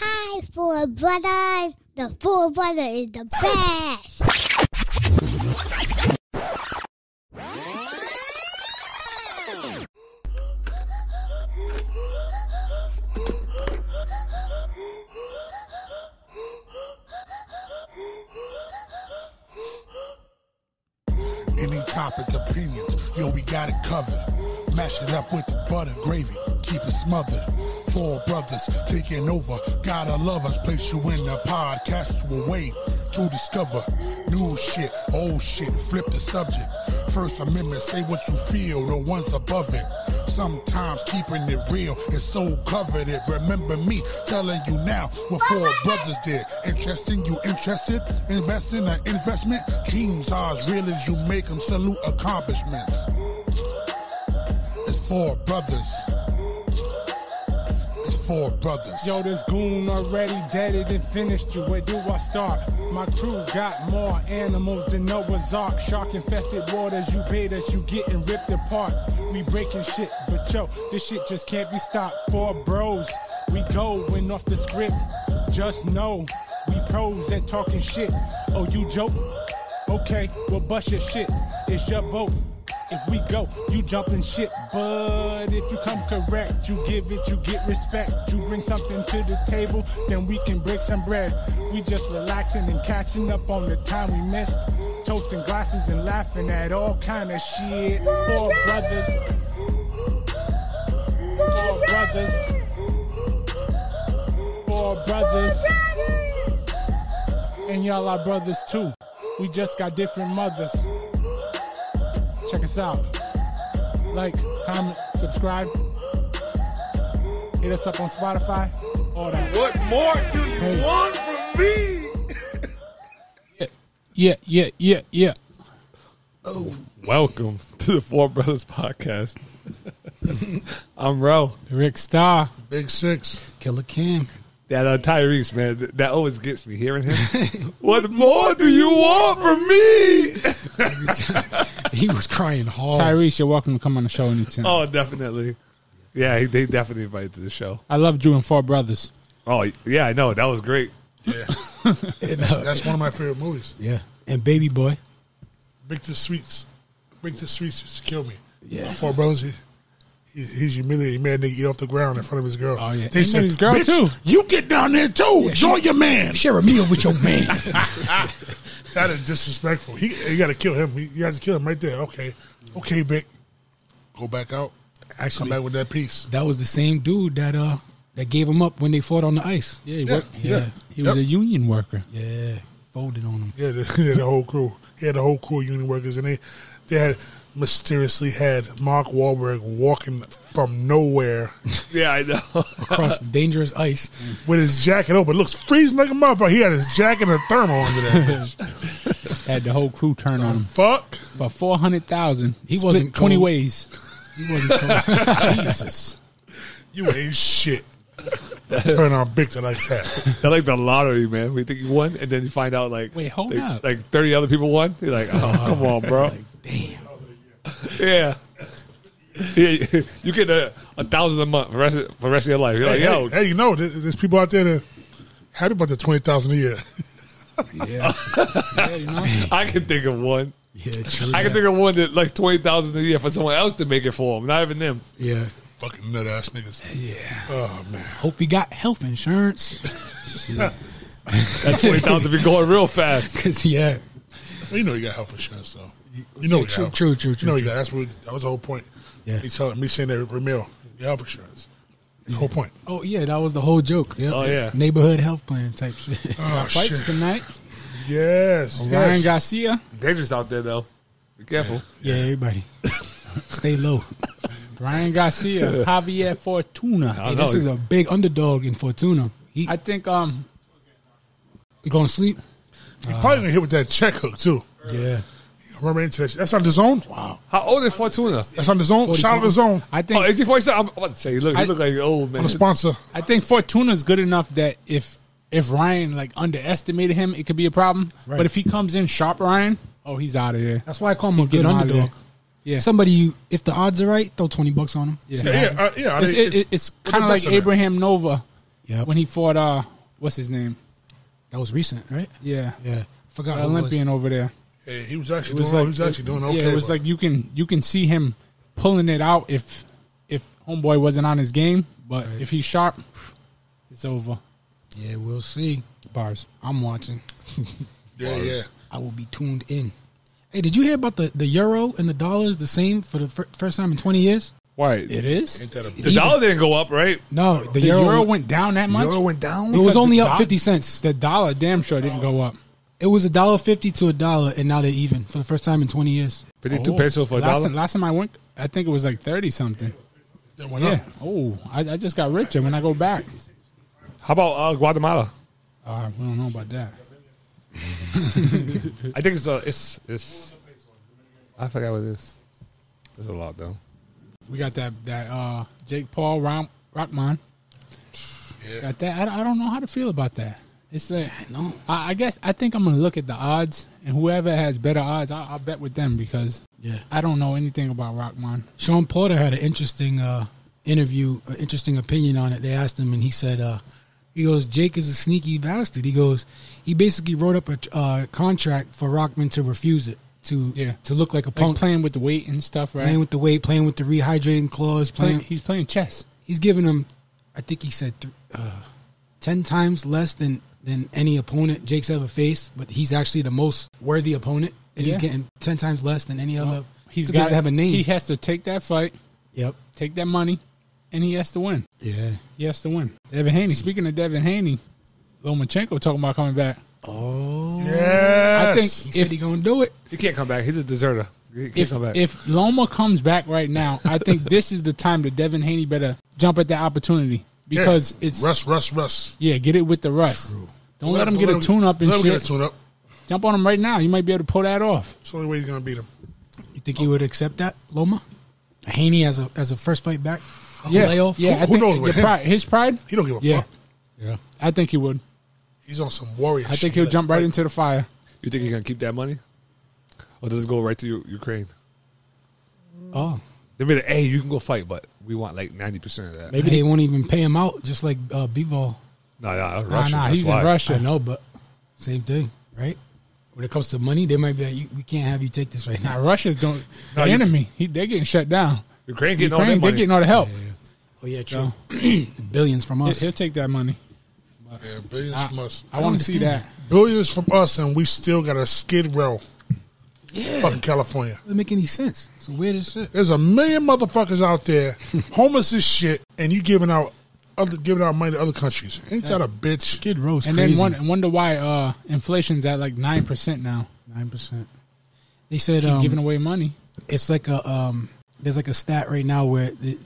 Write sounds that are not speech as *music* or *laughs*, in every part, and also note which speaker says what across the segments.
Speaker 1: Yay for brothers! The four brother is the best.
Speaker 2: Any topic, opinions, yo, we got it covered. Mash it up with the butter, gravy, keep it smothered. Four brothers taking over, gotta love us. Place you in a podcastual way to discover new shit, old shit. Flip the subject. First Amendment, say what you feel, the ones above it. Sometimes keeping it real is so coveted. Remember me telling you now what four brothers did. Interesting, you interested? Invest in an investment? Dreams are as real as you make them. Salute accomplishments. It's four brothers. It's four brothers.
Speaker 3: Yo, this goon already deaded and finished you. Where do I start? My crew got more animals than Noah's Ark. Shark infested waters, you bait us, you getting ripped apart. We breaking shit, but yo, this shit just can't be stopped. Four bros, we going off the script. Just know, we pros at talking shit. Oh, you joke? Okay, well, bust your shit. It's your boat. If we go, you jumping shit, but if you come correct, you give it, you get respect. You bring something to the table, then we can break some bread. We just relaxing and catching up on the time we missed. Toasting glasses and laughing at all kind of shit. Four brothers. Four brothers. Four brothers. And y'all are brothers too. We just got different mothers check us out. Like, comment, subscribe. Hit us up on Spotify. All that.
Speaker 4: What more do you
Speaker 3: Peace.
Speaker 4: want from me?
Speaker 3: *laughs* Yeah, yeah, yeah, yeah.
Speaker 5: Welcome to the Four Brothers Podcast. *laughs* I'm Ro.
Speaker 3: Rick Starr.
Speaker 2: Big Six.
Speaker 6: Killer Cam.
Speaker 5: That uh, Tyrese, man, th- that always gets me hearing
Speaker 3: *laughs*
Speaker 5: him. what more do you want from me?
Speaker 6: He was crying hard.
Speaker 3: Tyrese, you're welcome to come on the show anytime.
Speaker 5: oh, definitely. Yeah, he- they definitely invited to the show.
Speaker 3: I love Drew and Four Brothers.
Speaker 5: Oh, yeah, I know. That was great.
Speaker 2: Yeah. that's, that's one of my favorite movies.
Speaker 6: yeah, and Baby Boy.
Speaker 2: Victor Sweets. Victor Sweets used to kill me.
Speaker 6: Yeah.
Speaker 2: Poor bros, he, he- he's humiliated. He made a nigga eat off the ground in front of his girl.
Speaker 3: Oh, yeah. He made his girl,
Speaker 2: "Bitch,
Speaker 3: too."
Speaker 2: You get down there too. Join your man.
Speaker 6: Share a meal with your
Speaker 3: *laughs*
Speaker 6: man.
Speaker 2: That is disrespectful. He, you got to kill him. He, you got to kill him right there. Okay, okay, Vic. Go back out. Come
Speaker 6: Actually,
Speaker 2: back with that piece.
Speaker 6: that was the same dude that uh that gave him up when they fought on the ice.
Speaker 3: Yeah, he,
Speaker 2: Yeah,
Speaker 3: worked,
Speaker 2: yeah.
Speaker 3: yeah. he was
Speaker 2: Yep.
Speaker 3: a union worker.
Speaker 6: Yeah, folded on him.
Speaker 2: Yeah, the, *laughs* yeah, the whole crew. He had the whole crew of union workers, and they they had mysteriously had Mark Wahlberg walking from
Speaker 3: *laughs*
Speaker 2: nowhere
Speaker 5: Yeah, I know. *laughs*
Speaker 6: across dangerous ice.
Speaker 2: with his jacket open. Looks freezing like a motherfucker. He had his jacket and a thermal under
Speaker 3: *laughs*
Speaker 2: that bitch.
Speaker 3: Had the whole crew turn on him.
Speaker 2: Fuck.
Speaker 3: For 400000
Speaker 6: He
Speaker 3: Split
Speaker 6: wasn't
Speaker 3: 20
Speaker 6: cold.
Speaker 3: ways.
Speaker 6: He wasn't cold.
Speaker 3: *laughs*
Speaker 6: Jesus.
Speaker 2: You ain't shit. Turn on Victor like that.
Speaker 5: They're like the lottery, man. We think you won, and then you find out like
Speaker 3: Wait, hold
Speaker 5: they-
Speaker 3: up.
Speaker 5: like thirty other people won. You're like, oh, come on, bro. damn. Yeah. Yeah, *laughs* you get a, a thousand a month for rest of, for rest of your life. You're like,
Speaker 2: Hey,
Speaker 5: yo,
Speaker 2: hey, you know, there- there's people out there that had about the twenty thousand a year. *laughs*
Speaker 6: Yeah. yeah,
Speaker 3: *laughs*
Speaker 6: you know?
Speaker 5: I can think of one.
Speaker 6: Yeah, true.
Speaker 5: I can think of one that like twenty thousand a year for someone else to make it for them, not even them.
Speaker 6: Yeah.
Speaker 2: Fucking nut ass niggas.
Speaker 6: Yeah.
Speaker 2: Oh man.
Speaker 6: Hope he got health insurance. *laughs*
Speaker 5: That twenty thousand be going real fast.
Speaker 6: Cause yeah.
Speaker 2: Well, you know you got health insurance though. You know
Speaker 6: Yeah,
Speaker 2: you got
Speaker 6: true,
Speaker 2: health-
Speaker 6: true, true,
Speaker 2: You
Speaker 6: true,
Speaker 2: know you
Speaker 6: true.
Speaker 2: got. That's what that was the whole point.
Speaker 6: Yeah.
Speaker 2: Me telling me saying that every meal. Your health insurance. The whole point.
Speaker 6: Oh yeah, that was the whole joke. Yep.
Speaker 5: Oh, yeah.
Speaker 6: Neighborhood health plan type shit.
Speaker 2: Oh
Speaker 3: Uh,
Speaker 2: shit.
Speaker 3: Fights tonight.
Speaker 2: Yes.
Speaker 3: Ryan
Speaker 2: yes.
Speaker 3: Garcia.
Speaker 5: They're just out there though. Be careful.
Speaker 6: yeah, *laughs* everybody. Stay low.
Speaker 3: Ryan Garcia. Javier Fortuna.
Speaker 5: I
Speaker 6: Hey,
Speaker 5: don't
Speaker 6: this
Speaker 5: know.
Speaker 6: is a big underdog in Fortuna. He,
Speaker 3: I think um
Speaker 6: he going to sleep?
Speaker 2: He probably gonna hit with that check hook too.
Speaker 6: Yeah.
Speaker 2: Remember into that. shit. That's on the zone. Wow.
Speaker 5: How old is Fortuna?
Speaker 2: That's on the zone. Shout out to the zone.
Speaker 3: I
Speaker 5: Oh,
Speaker 3: think
Speaker 5: is he forty-seven? I'm about to say, he look, he
Speaker 3: I-
Speaker 5: look like an old man.
Speaker 2: I'm a sponsor.
Speaker 3: I think Fortuna's good enough that if if Ryan like underestimated him, it could be a problem.
Speaker 6: Right.
Speaker 3: But if he comes in sharp, Ryan, oh, he's out of there.
Speaker 6: That's why I call him a good
Speaker 3: getting outta
Speaker 6: underdog.
Speaker 3: there. Yeah.
Speaker 6: Somebody you, if the odds are right, throw 20 bucks on him.
Speaker 3: Yeah,
Speaker 2: Yeah, yeah, uh, yeah. I
Speaker 3: It's,
Speaker 2: think
Speaker 3: it, it- it's
Speaker 2: what
Speaker 3: kind of
Speaker 2: the best
Speaker 3: like
Speaker 2: of it.
Speaker 3: Abraham Nova
Speaker 6: Yep.
Speaker 3: when he fought uh What's his name?
Speaker 6: That was recent, right?
Speaker 3: Yeah,
Speaker 6: Yeah, forgot
Speaker 3: the
Speaker 6: who it was.
Speaker 3: Olympian over there.
Speaker 2: Yeah, he was actually
Speaker 3: It was
Speaker 2: doing.
Speaker 3: like
Speaker 2: he was actually doing okay.
Speaker 3: Yeah, it was
Speaker 2: but-
Speaker 3: like you can you can see him pulling it out if if homeboy wasn't on his game, but if he's sharp, it's over.
Speaker 6: Yeah, we'll see.
Speaker 3: Bars.
Speaker 6: I'm watching.
Speaker 2: yeah, yeah.
Speaker 6: I will be tuned in. Hey, did you hear about the, the euro and the dollar is the same for the fir- first time in 20 years?
Speaker 5: Why?
Speaker 3: It is.
Speaker 2: Ain't that a
Speaker 5: the dollar didn't go up, right?
Speaker 6: No, the,
Speaker 3: The
Speaker 6: euro,
Speaker 3: euro, went down that much.
Speaker 5: went down.
Speaker 6: it was
Speaker 3: the
Speaker 6: only up
Speaker 3: dol-
Speaker 6: 50 cents.
Speaker 3: the dollar damn sure didn't go up.
Speaker 6: It was a dollar 50 to a dollar and now they're even for the first time in 20 years.
Speaker 5: Fifty-two pesos for a
Speaker 3: last
Speaker 5: dollar.
Speaker 3: Time, last time I went, I think it was like thirty something.
Speaker 2: that went
Speaker 3: Yeah.
Speaker 2: up?
Speaker 3: Oh, I, I just got richer when I go back.
Speaker 5: How about uh, Guatemala?
Speaker 3: Uh, we don't know about that.
Speaker 5: I think it's a, it's it's. I forgot what it is. It's a lot though.
Speaker 3: We got that that uh, Jake Paul Rom, Rockman.
Speaker 2: Yeah.
Speaker 3: Got that. I, I don't know how to feel about that. It's like
Speaker 6: No.
Speaker 3: I, I guess I think I'm gonna look at the odds, and whoever has better odds, I, I'll bet with them because
Speaker 6: Yeah.
Speaker 3: I don't know anything about Rockman.
Speaker 6: Sean Porter had an interesting uh, interview, an interesting opinion on it. They asked him, and he said, uh, "He goes, Jake is a sneaky bastard." He goes, he basically wrote up a uh, contract for Rockman to refuse it, to
Speaker 3: Yeah.
Speaker 6: to look like a
Speaker 3: Like
Speaker 6: punk,
Speaker 3: playing with the weight and stuff, right?
Speaker 6: playing with the weight, playing with the rehydrating clause,
Speaker 3: Playing-
Speaker 6: playing.
Speaker 3: he's playing chess.
Speaker 6: He's giving him, I think he said, th- uh, ten times less than than any opponent Jake's ever faced, but he's actually the most worthy opponent, and
Speaker 3: Yeah.
Speaker 6: he's getting ten times less than any other.
Speaker 3: He's
Speaker 6: so he
Speaker 3: got
Speaker 6: doesn't have a name.
Speaker 3: He has to take that fight,
Speaker 6: yep.
Speaker 3: take that money, and he has to win.
Speaker 6: Yeah.
Speaker 3: He has to win. Devin Haney. Speaking of Devin Haney, Lomachenko talking about coming back.
Speaker 6: Oh.
Speaker 2: Yes.
Speaker 3: I think
Speaker 6: He
Speaker 3: if
Speaker 6: said he gonna do it.
Speaker 5: He can't come back. He's a deserter. He can't
Speaker 3: if,
Speaker 5: come back.
Speaker 3: if Loma comes back right now, I
Speaker 6: *laughs*
Speaker 3: think this is the time that Devin Haney better jump at that opportunity
Speaker 2: Yeah.
Speaker 3: because it's
Speaker 2: Russ, Russ, Russ.
Speaker 3: yeah, get it with the rust. Don't let, him get a tune up and
Speaker 2: let him get
Speaker 3: shit.
Speaker 2: a tune up.
Speaker 3: Jump on him right now. You might be able to pull that off.
Speaker 2: It's the only way he's gonna beat him.
Speaker 6: You think
Speaker 3: Oh.
Speaker 6: he would accept that, Loma? Haney as a as a first fight back, A
Speaker 3: Yeah,
Speaker 6: layoff.
Speaker 3: yeah. I
Speaker 2: Who- who
Speaker 3: think
Speaker 2: knows with
Speaker 3: the
Speaker 2: him?
Speaker 3: pride- his pride.
Speaker 2: He don't give a
Speaker 3: Yeah,
Speaker 2: fuck.
Speaker 6: yeah.
Speaker 3: I think he would.
Speaker 2: He's on some warrior.
Speaker 3: I
Speaker 2: shit.
Speaker 3: think he'll
Speaker 2: Like,
Speaker 3: jump right
Speaker 2: like,
Speaker 3: into the fire.
Speaker 5: you think he's gonna keep that money, or does it go right to U- Ukraine?
Speaker 6: Oh,
Speaker 5: They made it. Hey, you can go fight, but we want like ninety percent of that.
Speaker 6: maybe they won't even pay him out, just like uh, Bivol.
Speaker 5: Nah, nah, Russia.
Speaker 3: Nah, nah.
Speaker 5: that's
Speaker 3: He's
Speaker 5: why.
Speaker 3: in
Speaker 6: I
Speaker 3: Russia.
Speaker 6: know, but same thing, right? When it comes to money, they might be like, you, "We can't have you take this right
Speaker 3: Now
Speaker 6: now."
Speaker 3: Russia's doing
Speaker 5: No,
Speaker 3: the
Speaker 5: you-
Speaker 3: enemy. He, they're getting shut down.
Speaker 5: Ukraine getting all
Speaker 3: Ukraine,
Speaker 5: that
Speaker 3: they're
Speaker 5: money.
Speaker 3: getting all the help.
Speaker 6: Oh yeah, true. *clears throat* Billions from
Speaker 3: He'll-
Speaker 6: us.
Speaker 3: He'll take that money.
Speaker 2: Yeah, billions from us.
Speaker 3: I want to
Speaker 6: don't
Speaker 3: see
Speaker 6: understand
Speaker 3: that.
Speaker 2: Billions from us, and we still got a skid row. Fucking California.
Speaker 6: Doesn't make any sense. It's the weirdest shit.
Speaker 2: There's a million motherfuckers out
Speaker 3: *laughs*
Speaker 2: there, homeless as shit, and you giving out other giving out money to other countries. Ain't that a bitch?
Speaker 6: Kid Rose,
Speaker 3: And
Speaker 6: crazy.
Speaker 3: then wonder, wonder why uh, inflation's at like nine percent now,
Speaker 6: nine percent. They said
Speaker 3: Keep
Speaker 6: um,
Speaker 3: giving away money.
Speaker 6: it's like a um there's like a stat right now where the,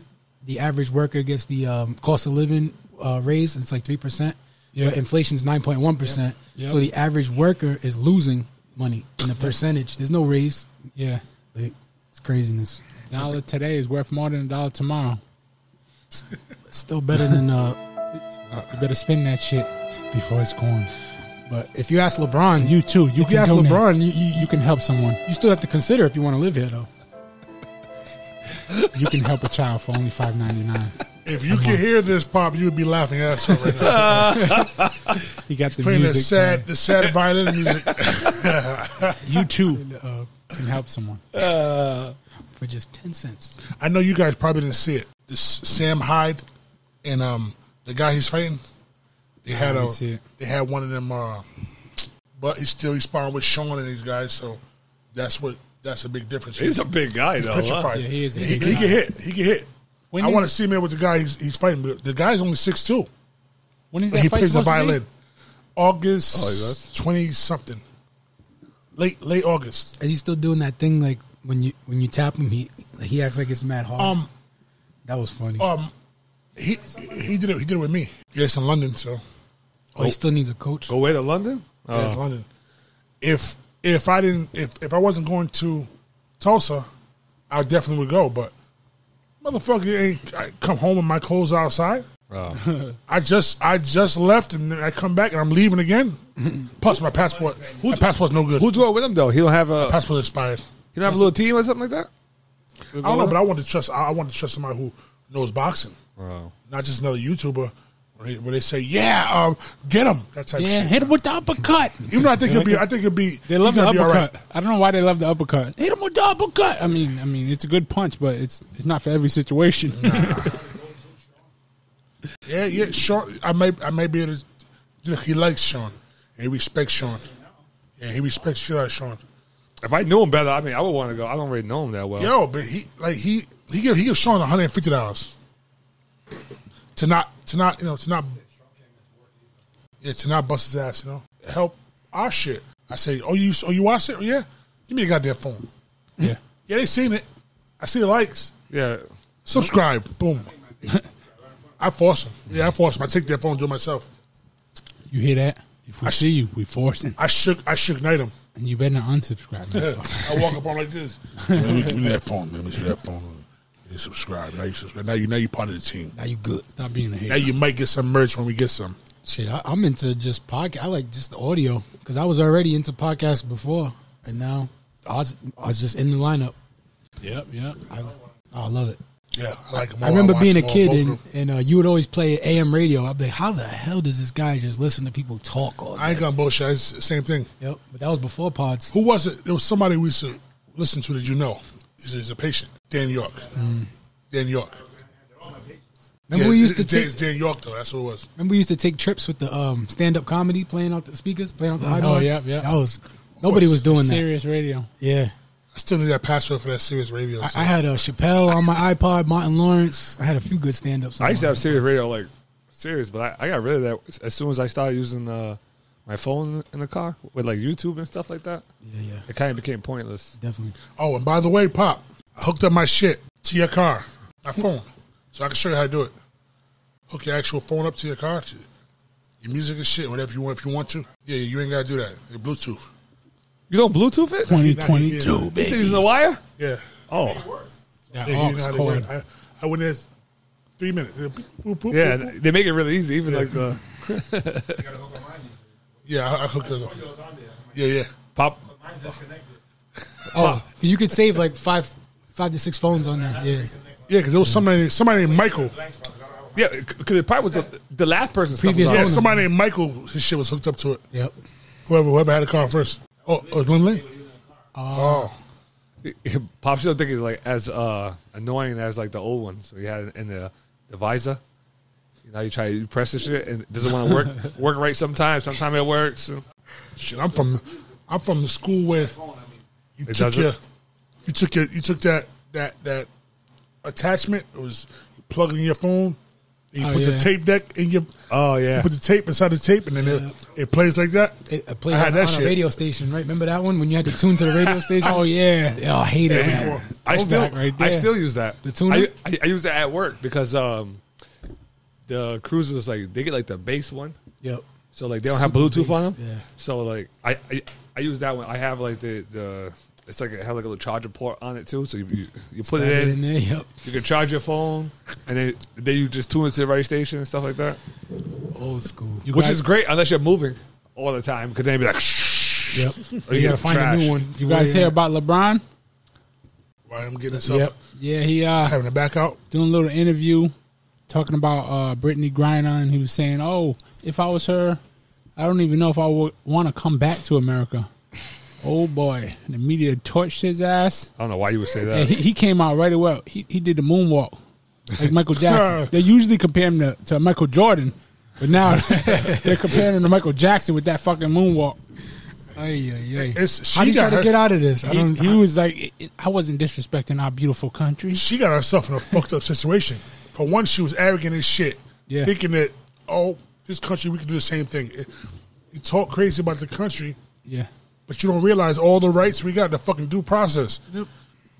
Speaker 6: the average worker gets the um, cost of living uh, raise and it's like 3% but inflation's 9.1%
Speaker 3: Yep.
Speaker 6: so the average worker is losing money in *laughs* the percentage there's no raise
Speaker 3: Yeah,
Speaker 6: like, it's craziness
Speaker 3: dollar today is worth more than a dollar tomorrow.
Speaker 6: It's still better than uh
Speaker 3: You better spend that shit before it's gone.
Speaker 6: but if you ask LeBron *laughs* you
Speaker 3: You too. You
Speaker 6: if
Speaker 3: can
Speaker 6: you ask
Speaker 3: donate.
Speaker 6: LeBron you, you,
Speaker 3: You can help someone.
Speaker 6: you still have to consider if you want to live here though
Speaker 3: You can help a child for only five ninety nine.
Speaker 2: If you could hear this pop, you would be laughing your ass off right now.
Speaker 3: *laughs* He got the
Speaker 2: Playing the
Speaker 3: music.
Speaker 2: sad, the sad violin music.
Speaker 3: You too uh, can help someone.
Speaker 6: for just 10 cents
Speaker 2: I know you guys probably didn't see it. This Sam Hyde and um the guy he's fighting, they had
Speaker 3: didn't
Speaker 2: a
Speaker 3: see it.
Speaker 2: they had one of them. Uh, but he's still he's sparring with Sean and these guys, so that's what that's a big difference.
Speaker 5: *laughs* He's a big guy though.
Speaker 2: pitcher
Speaker 5: huh?
Speaker 2: fight.
Speaker 3: Yeah, he is a
Speaker 2: He,
Speaker 3: big
Speaker 2: he
Speaker 3: guy.
Speaker 2: can hit. He can hit.
Speaker 3: When
Speaker 2: I
Speaker 3: is-
Speaker 2: want to see him there with the guy he's, he's fighting. But the guy's only six two.
Speaker 3: When is that
Speaker 2: He
Speaker 3: fight
Speaker 2: plays the
Speaker 3: supposed to be?
Speaker 2: violin. August
Speaker 5: was?
Speaker 2: twenty something. Late late August.
Speaker 6: are you still doing that thing like when you when you tap him he he acts like it's mad hard
Speaker 2: Um
Speaker 6: that was funny
Speaker 2: um he he did it he did it with me. Yes, in London, so
Speaker 6: oh he still needs a coach
Speaker 5: Go away to London.
Speaker 2: Yeah, it's London. If if I didn't if if I wasn't going to Tulsa, I definitely would go. But motherfucker, ain't I come home with my clothes outside. I just I just left and then I come back and I'm leaving
Speaker 3: *laughs*
Speaker 2: again. Plus my passport, my passport's no good.
Speaker 5: Who's going with him though? He don't have
Speaker 2: *laughs*
Speaker 5: a
Speaker 2: passport expired.
Speaker 5: he don't have a little team or something like that.
Speaker 2: I don't know, but I want to trust. I, I want to trust somebody who knows boxing, not just another YouTuber Where they, where they say, "Yeah, um, get him." That type
Speaker 3: Yeah,
Speaker 2: of shit.
Speaker 3: hit him with the uppercut.
Speaker 2: You know, I think he'll be. I think he'll be.
Speaker 3: They love
Speaker 2: he's
Speaker 3: the
Speaker 2: gonna be all right.
Speaker 3: uppercut. I don't know why they love the uppercut. Hit him with the uppercut. I mean, I mean, it's a good punch, but it's it's not for every situation.
Speaker 2: Yeah, yeah. Sean, I may, I may be able to. you know, He likes Sean. He respects Sean. Yeah, he respects shit out of Sean.
Speaker 5: If I knew him better, I mean, I would want to go. I don't really know him that well.
Speaker 2: Yo, but he like he he give he gives Sean one hundred and fifty dollars to not to not you know to not yeah to not bust his ass. You know, help our shit. I say, oh you oh you watch it? Yeah, give me a goddamn phone.
Speaker 3: yeah,
Speaker 2: Yeah, they seen it. I see the likes.
Speaker 5: Yeah.
Speaker 2: Subscribe. Boom. *laughs* I force him. Yeah, I force him. I take their phone and do it myself.
Speaker 3: *laughs* you hear that? If we see you, we forcing,
Speaker 2: I shook I shook night him.
Speaker 3: and you better not *laughs* unsubscribe. motherfucker.
Speaker 2: I walk up on like this. Let me, give me that phone. Let me see that phone. Yeah, subscribe. Now you subscribe. Now you now you part of the team.
Speaker 6: Now you good.
Speaker 3: Stop being a
Speaker 2: Now
Speaker 3: hater.
Speaker 2: you might get some merch when we get some.
Speaker 6: Shit, I, I'm into just podcast. I like just the audio because I was already into podcasts before, and now I was, I was just in the lineup.
Speaker 3: Yep, yep.
Speaker 6: I, I love it.
Speaker 2: Yeah, Oh, I like them.
Speaker 6: I
Speaker 2: all.
Speaker 6: remember
Speaker 2: watch
Speaker 6: being a
Speaker 2: them all,
Speaker 6: kid,
Speaker 2: both of
Speaker 6: and,
Speaker 2: them.
Speaker 6: and uh, you would always play AM radio. I'd be like, how the hell does this guy just listen to people talk all
Speaker 2: I
Speaker 6: day?
Speaker 2: ain't gonna bullshit. It's the same thing.
Speaker 6: Yep, but that was before pods.
Speaker 2: Who was it? There was somebody we used to listen to that you know. He's, he's a patient. Dan York. Dan York.
Speaker 6: Remember
Speaker 2: Yeah,
Speaker 6: Mm. we used to
Speaker 2: it's Dan,
Speaker 6: take,
Speaker 2: it's Dan York though. That's what it was.
Speaker 6: remember we used to take trips with the um, stand up comedy playing out the speakers, playing out the high
Speaker 3: Oh,
Speaker 6: bar?
Speaker 3: yep, yep.
Speaker 6: That was nobody was doing that.
Speaker 3: Serious radio.
Speaker 6: Yeah,
Speaker 2: I still need that password for that serious radio.
Speaker 6: I,
Speaker 2: so-
Speaker 6: I had uh, Chappelle on my iPod, Martin Lawrence. I had a few good stand ups.
Speaker 5: I used to have serious radio, like serious, but I, I got rid of that as soon as I started using uh, my phone in the car with like YouTube and stuff like that.
Speaker 6: yeah, yeah,
Speaker 5: It kind of became pointless.
Speaker 6: definitely.
Speaker 2: oh, and by the way, Pop, I hooked up my shit to your car, my phone, so I can show you how to do it. Hook your actual phone up to your car, to your music and shit, whatever you want. If you want to, yeah, you ain't gotta do that. Your Bluetooth.
Speaker 5: You don't Bluetooth it?
Speaker 3: Twenty twenty two.
Speaker 5: You think Using the wire?
Speaker 2: Yeah.
Speaker 5: Oh,
Speaker 2: Yeah,
Speaker 3: That
Speaker 2: you know
Speaker 3: aux
Speaker 2: how they
Speaker 3: cord.
Speaker 2: work. I, I went there three minutes. Boop, boop, boop,
Speaker 5: yeah.
Speaker 2: boop.
Speaker 5: They make it really easy. Even like uh, the
Speaker 2: Yeah, I, I hooked it up. Yeah, yeah.
Speaker 5: pop.
Speaker 6: Oh, 'cause you could save like five, five to six phones on there. Yeah,
Speaker 2: Yeah, because there was somebody, somebody named Michael.
Speaker 5: Yeah, because it probably was the, the last person. stuff was
Speaker 6: Previous-
Speaker 5: on.
Speaker 2: Yeah,
Speaker 6: Hold on.
Speaker 2: somebody named Michael, his shit was hooked up to it.
Speaker 6: yep.
Speaker 2: Whoever whoever had a car first. Oh, oh it was Glenn Lane?
Speaker 5: Uh.
Speaker 2: Oh.
Speaker 5: Pop still think it's like as uh, annoying as like the old one. So you had it in the the visor. You know, you try you press this shit and it doesn't want to work *laughs* work right sometimes. Sometimes it works.
Speaker 2: Shit, I'm from I'm from the school where you
Speaker 5: It
Speaker 2: took
Speaker 5: doesn't?
Speaker 2: your you took your you took that that that attachment. It was you plug it in your phone. And you
Speaker 6: Oh,
Speaker 2: put
Speaker 6: yeah.
Speaker 2: the tape deck in your
Speaker 5: Oh yeah,
Speaker 2: you put the tape inside the tape and then it, it plays like that.
Speaker 6: It, it played
Speaker 2: I had
Speaker 6: on,
Speaker 2: that
Speaker 6: on
Speaker 2: shit.
Speaker 6: a radio station, right? Remember that one when you had to tune to the radio station?
Speaker 3: Oh yeah.
Speaker 6: yeah, I hated
Speaker 2: Before-
Speaker 6: that.
Speaker 5: I still
Speaker 3: Throwback right
Speaker 5: I
Speaker 3: there.
Speaker 5: still use that.
Speaker 6: The tuner?
Speaker 5: I, I, I use that at work because um, the cruisers like they get like the base one,
Speaker 6: Yep.
Speaker 5: so like they don't have
Speaker 6: Super
Speaker 5: Bluetooth
Speaker 6: base,
Speaker 5: on them.
Speaker 6: yeah.
Speaker 5: So like I, I I use that one. I have like the the it's like it had like a little charger port on it too. So you you, you put
Speaker 6: Had
Speaker 5: it
Speaker 6: it
Speaker 5: in,
Speaker 6: in there. Yep.
Speaker 5: you can charge your phone, and then then you just tune it to the right station and stuff like that,
Speaker 6: Old school.
Speaker 3: You
Speaker 5: which
Speaker 3: guys-
Speaker 5: is great unless you're moving all the time because then you'd be like.
Speaker 6: Yep.
Speaker 5: Or
Speaker 6: You
Speaker 5: get
Speaker 6: gotta find a
Speaker 5: trashed.
Speaker 6: new one.
Speaker 3: You guys hear about LeBron?
Speaker 2: Why I'm getting myself
Speaker 3: Yeah, he uh
Speaker 2: having to back out.
Speaker 3: doing a little interview talking about uh, Brittany Griner, and he was saying, "Oh, if I was her, I don't even know if I would want to come back to America." Oh boy, the media torched his ass.
Speaker 5: I don't know why you would say
Speaker 3: And
Speaker 5: that.
Speaker 3: he, he came out right away. He he did the moonwalk like Michael Jackson. they usually compare him to, to Michael Jordan, but now they're comparing him to Michael Jackson with that fucking moonwalk.
Speaker 6: Ay, ay, ay.
Speaker 2: It's, she
Speaker 6: How do you
Speaker 2: got
Speaker 6: try to
Speaker 2: her-
Speaker 6: get out of this? I
Speaker 3: He,
Speaker 6: don't.
Speaker 3: he was like, "It- it- "I wasn't disrespecting our beautiful country."
Speaker 2: she got herself in a fucked up situation. For one, she was arrogant as shit,
Speaker 3: Yeah.
Speaker 2: thinking that oh, this country we can do the same thing. It- You talk crazy about the country,
Speaker 3: Yeah,
Speaker 2: but you don't realize all the rights we got. The fucking due process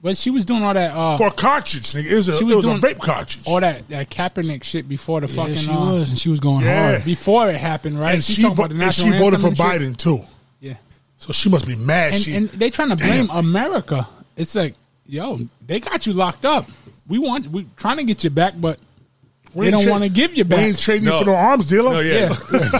Speaker 3: but she was doing all that. Uh,
Speaker 2: for a cartridge, nigga. It was a,
Speaker 3: She
Speaker 2: it
Speaker 3: was
Speaker 2: was a
Speaker 3: doing
Speaker 2: rape cartridge.
Speaker 3: all that that Kaepernick shit before the
Speaker 6: yeah,
Speaker 3: fucking
Speaker 6: she
Speaker 3: uh,
Speaker 6: was, and she was going
Speaker 2: Yeah.
Speaker 6: hard.
Speaker 3: before it happened, right?
Speaker 2: and
Speaker 3: She's
Speaker 2: she,
Speaker 3: talking
Speaker 2: vo-
Speaker 3: about the
Speaker 2: and she
Speaker 3: national
Speaker 2: voted for
Speaker 3: anthem and shit.
Speaker 2: Biden too,
Speaker 3: Yeah,
Speaker 2: so she must be mad.
Speaker 3: and
Speaker 2: she
Speaker 3: and they trying to blame
Speaker 2: Damn.
Speaker 3: America. It's like, yo, they got you locked up. We want we trying to get you back, but
Speaker 2: we
Speaker 3: they
Speaker 2: ain't
Speaker 3: don't
Speaker 2: tra-
Speaker 3: wanna give you
Speaker 2: We
Speaker 3: back.
Speaker 2: ain't trading you
Speaker 5: No.
Speaker 2: for no arms dealer.
Speaker 5: No, yeah.
Speaker 3: yeah,
Speaker 2: *laughs*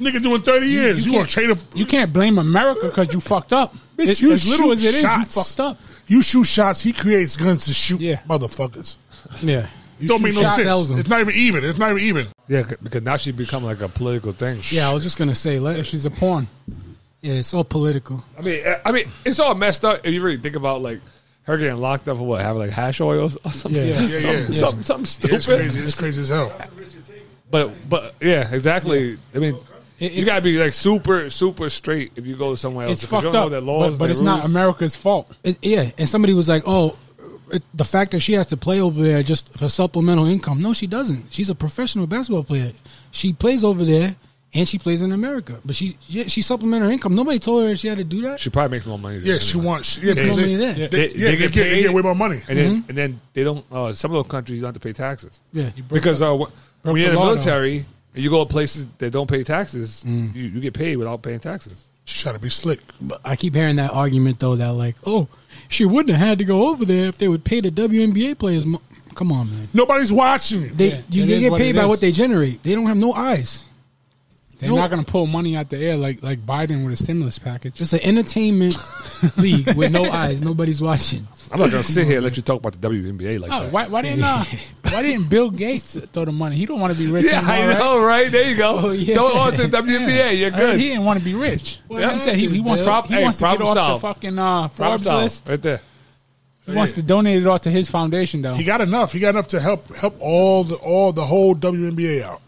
Speaker 2: nigga doing thirty years. You,
Speaker 3: can't-
Speaker 2: want to trade him?
Speaker 3: you can't blame America because you fucked up.
Speaker 2: *laughs* Bitch,
Speaker 3: It-
Speaker 2: you
Speaker 3: as little
Speaker 2: shoot
Speaker 3: as it is,
Speaker 2: shots.
Speaker 3: you fucked up.
Speaker 2: You shoot shots. He creates guns to shoot
Speaker 3: Yeah.
Speaker 2: motherfuckers.
Speaker 6: Yeah,
Speaker 3: you
Speaker 2: don't make
Speaker 3: shoot
Speaker 2: no
Speaker 3: shots, sells
Speaker 2: sense.
Speaker 3: them.
Speaker 2: It's not even even. It's not even even.
Speaker 5: Yeah, c- because now she become like a political thing.
Speaker 6: Yeah, I was just gonna say,
Speaker 3: Yeah,
Speaker 6: let,
Speaker 3: she's a porn.
Speaker 6: yeah, it's all political.
Speaker 5: I mean, eh, I- I mean, it's all messed up if you really think about like her getting locked up for what having like hash oils or *laughs* something.
Speaker 3: Yeah. Yeah,
Speaker 2: yeah.
Speaker 5: Something,
Speaker 2: Yeah.
Speaker 5: something, something
Speaker 2: Yeah, it's
Speaker 5: stupid.
Speaker 2: crazy. It's crazy as hell.
Speaker 5: but but yeah, exactly. I mean,
Speaker 3: It-
Speaker 5: you
Speaker 3: it's-
Speaker 5: gotta be like super super straight if you go somewhere else.
Speaker 3: It's
Speaker 5: If you
Speaker 3: fucked
Speaker 5: don't know
Speaker 3: up,
Speaker 5: their laws,
Speaker 3: but, but
Speaker 5: their
Speaker 3: it's not
Speaker 5: rules-
Speaker 3: America's fault.
Speaker 6: It, yeah, and somebody was like, "Oh, it, the fact that she has to play over there just for supplemental income." No, she doesn't. She's a professional basketball player. She plays over there, and she plays in America. But she yeah, she supplemented her income. Nobody told her she had to do that.
Speaker 5: She probably makes more money. than
Speaker 2: Yeah, she
Speaker 5: anyone.
Speaker 2: wants. Yeah,
Speaker 6: There's
Speaker 2: because they,
Speaker 6: nobody
Speaker 2: yeah,
Speaker 6: there.
Speaker 5: They,
Speaker 2: they, get, they get way more money.
Speaker 3: Mm-hmm.
Speaker 5: and then and then they don't. Uh, some of those countries you don't have to pay taxes.
Speaker 6: Yeah. You broke
Speaker 5: because uh, wh- when you're
Speaker 3: the
Speaker 5: in the
Speaker 3: law, though.
Speaker 5: military and you go to places that don't pay taxes,
Speaker 3: Mm.
Speaker 5: you, you get paid without paying taxes.
Speaker 2: She's trying to be slick.
Speaker 6: But I keep hearing that argument though that like, "Oh, she wouldn't have had to go over there if they would pay the WNBA players." mo-" Come on, man.
Speaker 2: Nobody's watching you.
Speaker 6: They
Speaker 3: Yeah,
Speaker 6: you,
Speaker 3: it
Speaker 6: they
Speaker 3: is
Speaker 6: get
Speaker 3: what
Speaker 6: paid
Speaker 3: it
Speaker 6: by
Speaker 3: is.
Speaker 6: what they generate. They don't have no eyes.
Speaker 3: They're
Speaker 6: No.
Speaker 3: not going to pull money out the air like like Biden with a stimulus package.
Speaker 6: It's an
Speaker 3: *laughs*
Speaker 6: entertainment league with no eyes. Nobody's watching.
Speaker 5: I'm not gonna sit here and let you talk about the WNBA like
Speaker 3: Oh,
Speaker 5: that.
Speaker 3: why, why didn't uh, why didn't Bill Gates throw the money? He don't want to be rich.
Speaker 5: Yeah,
Speaker 3: anymore,
Speaker 5: I
Speaker 3: right?
Speaker 5: know, right? There you go. *laughs*
Speaker 6: Oh, yeah.
Speaker 5: Don't alter the WNBA.
Speaker 3: *laughs*
Speaker 5: You're
Speaker 3: I mean,
Speaker 5: good.
Speaker 3: he didn't want to be rich.
Speaker 6: What
Speaker 3: He said he, he
Speaker 6: happened,
Speaker 3: wants,
Speaker 6: Bill?
Speaker 3: to, he
Speaker 5: Hey,
Speaker 3: wants to get
Speaker 5: problem
Speaker 3: off
Speaker 5: solved.
Speaker 3: the fucking uh,
Speaker 5: Problem
Speaker 3: Forbes
Speaker 5: solved.
Speaker 3: list.
Speaker 5: right there.
Speaker 3: He wants to donate it all to his foundation, though.
Speaker 2: He got enough. He got enough to help help all the all the whole WNBA out.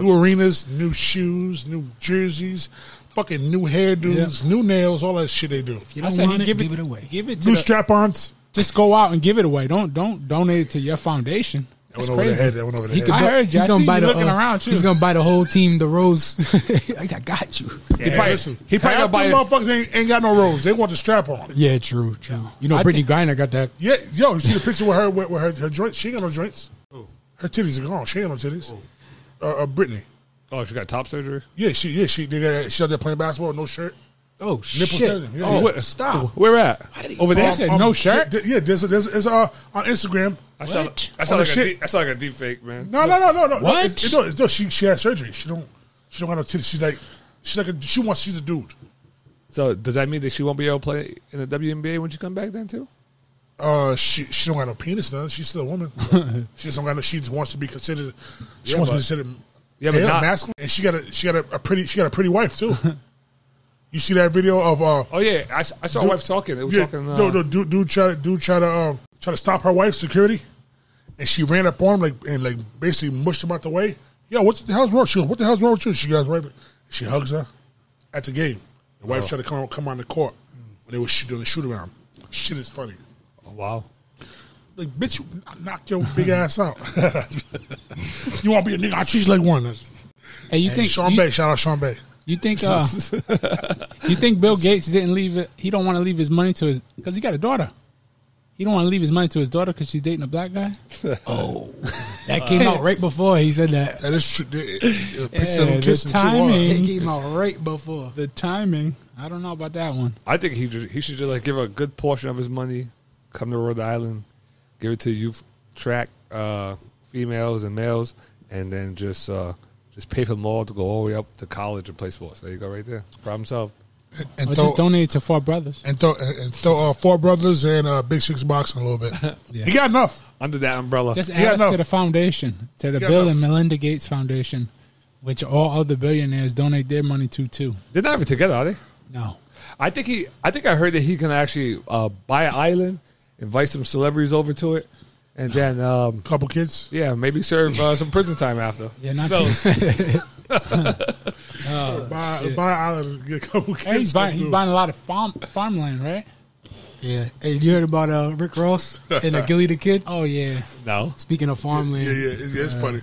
Speaker 2: New arenas, new shoes, new jerseys, fucking new hairdos, new nails, all that shit they do.
Speaker 6: You
Speaker 3: I
Speaker 6: don't
Speaker 3: said he
Speaker 6: want it,
Speaker 3: give it,
Speaker 6: give it away.
Speaker 3: Give it to
Speaker 2: New
Speaker 3: the-
Speaker 2: strap-ons.
Speaker 3: just go out and give it away. Don't don't donate it to your foundation.
Speaker 2: That went
Speaker 3: That's
Speaker 2: over the head.
Speaker 3: crazy.
Speaker 2: That went over the
Speaker 6: He
Speaker 2: head.
Speaker 6: could
Speaker 3: I
Speaker 6: bu-
Speaker 3: heard you. I seen you looking
Speaker 6: uh,
Speaker 3: around, too.
Speaker 6: He's gonna buy the whole team *laughs* the rose. I got- got you.
Speaker 5: He probably,
Speaker 2: listen,
Speaker 5: he probably
Speaker 2: half
Speaker 5: got buy
Speaker 2: them
Speaker 5: a-
Speaker 2: motherfuckers ain't, ain't got no rolls. They want the strap on.
Speaker 6: Yeah, true, true. You know,
Speaker 3: I
Speaker 6: Brittany
Speaker 3: think-
Speaker 6: Griner got that.
Speaker 2: Yeah, yo, you see the picture with her with, with her, her joints? She ain't got no joints. Her titties are gone. She ain't got no titties. Uh, uh, Brittany.
Speaker 5: Oh, she got top surgery.
Speaker 2: Yeah, she yeah she they got, she out there playing basketball, no shirt.
Speaker 6: Oh
Speaker 2: shit.
Speaker 6: shit!
Speaker 2: Oh,
Speaker 6: Oh, stop!
Speaker 5: Where at? Over there.
Speaker 3: They said no shirt.
Speaker 2: Um, th- th- yeah, there's a, there's, a, it's uh, on Instagram.
Speaker 5: I saw.
Speaker 3: What?
Speaker 5: I saw
Speaker 2: Oh,
Speaker 5: like a
Speaker 2: shit.
Speaker 5: deep, I saw like a deep fake man.
Speaker 2: No, no, no, no, no.
Speaker 3: What?
Speaker 2: It's, no, it's, no, she she had surgery. She don't she don't got no titties. She's like she's like a, she wants she's a dude.
Speaker 5: So does that mean that she won't be able to play in the WNBA when she come back then too?
Speaker 2: Uh, she she don't got no penis. None. She's still a
Speaker 5: *laughs*
Speaker 2: woman. she just don't got no. She just wants to be considered. She
Speaker 5: Yeah,
Speaker 2: wants to
Speaker 5: but-
Speaker 2: be considered.
Speaker 5: Yeah, but
Speaker 2: male,
Speaker 5: not-
Speaker 2: masculine. And she got a she got a, a pretty she got a pretty wife too. you see that video of uh
Speaker 5: Oh yeah, I, s- I saw
Speaker 2: Dude-
Speaker 5: wife talking. They were
Speaker 2: Yeah,
Speaker 5: talking. Uh,
Speaker 2: no, no, dude, dude try to dude try to um try to stop her wife's security, and she ran up on him like and like basically mushed him out the way. Yo, what the hell's wrong? She goes, what the hell's wrong with you? She goes, right. She hugs her at the game. The
Speaker 5: Oh.
Speaker 2: wife tried to come come on the court when they were shoot, doing the shoot around. Shit is funny.
Speaker 5: Oh, wow.
Speaker 2: Like bitch, you knock your
Speaker 5: *laughs*
Speaker 2: big ass out. *laughs* you want to be a nigga? I treat you like one.
Speaker 3: Hey, you think
Speaker 2: Sean
Speaker 3: you,
Speaker 2: Bay, shout out Sean Bay.
Speaker 3: You think uh, you think Bill Gates didn't leave it? He don't want to leave his money to his because he got a daughter. He don't want to leave his money to his daughter because she's dating a black guy.
Speaker 6: That came out right before he said that.
Speaker 2: That is true. They- uh, they- they
Speaker 3: Yeah,
Speaker 2: said I'm
Speaker 3: the
Speaker 2: kissing too
Speaker 3: timing.
Speaker 2: hard.
Speaker 6: It came out right before.
Speaker 3: The timing, I don't know about that one.
Speaker 5: I think he ju- he should just like give a good portion of his money, come to Rhode Island, give it to youth track uh, females and males, and then just uh, just pay for them all to go all the way up to college and play sports. There you go, right there. Problem solved.
Speaker 2: And
Speaker 3: Or
Speaker 2: throw-
Speaker 3: just donate it to four brothers.
Speaker 2: and throw and throw uh, four brothers and uh, big six boxing a little
Speaker 3: *laughs*
Speaker 2: bit. He got enough.
Speaker 5: Under that umbrella,
Speaker 3: Just
Speaker 2: got
Speaker 3: add us
Speaker 2: enough.
Speaker 3: to the foundation, to the
Speaker 2: got
Speaker 3: Bill
Speaker 2: enough.
Speaker 3: and Melinda Gates Foundation, which all other billionaires donate their money to too.
Speaker 5: they're not even together, are they?
Speaker 3: No,
Speaker 5: I think he. I think I heard that he can actually uh, buy an island, invite some celebrities over to it, and then um,
Speaker 2: Couple kids.
Speaker 5: yeah, maybe serve uh, some prison time after.
Speaker 3: *laughs* yeah, not
Speaker 5: No.
Speaker 3: those.
Speaker 2: buy, buy an island, get a couple kids.
Speaker 3: Hey, he's buying, he's
Speaker 2: come
Speaker 3: buying a lot of farm farmland, right?
Speaker 6: Yeah. Hey, you heard about uh, Rick Ross
Speaker 3: *laughs*
Speaker 6: and uh, Gilly the Kid?
Speaker 3: Oh yeah,
Speaker 5: *laughs* No,
Speaker 6: Speaking of farmland,
Speaker 2: through. Yeah, yeah, it's, it's funny.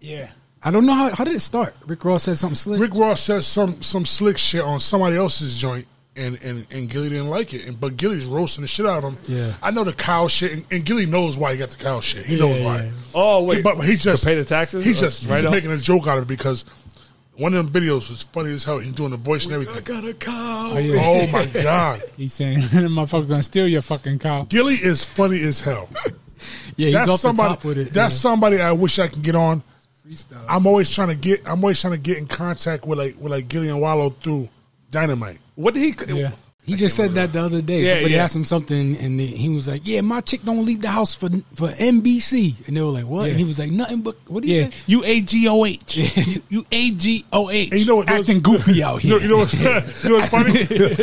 Speaker 3: yeah.
Speaker 6: I don't know how how did it start. Rick Ross said something slick.
Speaker 2: Rick Ross says some some slick shit on somebody else's joint, and and and Gilly didn't like it, and but Gilly's roasting the shit out of him.
Speaker 6: Yeah.
Speaker 2: I know the cow shit, and, and Gilly knows why he got the cow shit. He knows why.
Speaker 6: yeah.
Speaker 5: Oh, wait.
Speaker 2: He- but he's just
Speaker 5: pay the taxes?
Speaker 2: He's
Speaker 5: Or
Speaker 2: just he's
Speaker 5: write off?
Speaker 2: making a joke out of it because one of them videos was funny as hell. He's doing the voice
Speaker 6: Oh
Speaker 2: and everything.
Speaker 6: got a cow.
Speaker 3: Oh, yeah.
Speaker 2: Oh my
Speaker 6: *laughs*
Speaker 2: god,
Speaker 3: He's saying, *laughs* "Them motherfuckers gonna steal your fucking cow."
Speaker 2: Gilly is funny as hell.
Speaker 6: Yeah, he's
Speaker 2: that's
Speaker 6: off
Speaker 2: somebody.
Speaker 6: the top with it.
Speaker 2: That's somebody I wish I can get on.
Speaker 6: yeah. freestyle.
Speaker 2: I'm always trying to get. I'm always trying to get in contact with like with like Gillian Wallow through Dynamite.
Speaker 5: What did he?
Speaker 3: Yeah.
Speaker 6: He just said that the other day.
Speaker 5: Yeah,
Speaker 6: Somebody
Speaker 5: yeah.
Speaker 6: asked him something, and he was like, "Yeah, my chick don't leave the house for for NBC." And they were like, "What?"
Speaker 3: Yeah.
Speaker 6: And he was like, "Nothing but what do you
Speaker 3: Yeah,
Speaker 6: say?"
Speaker 3: you A G O H. You A G O H.
Speaker 2: And you know what, there was-
Speaker 3: Acting goofy out
Speaker 2: You know,
Speaker 3: here.
Speaker 2: you know what's, *laughs* you know what's
Speaker 6: *laughs*
Speaker 2: funny?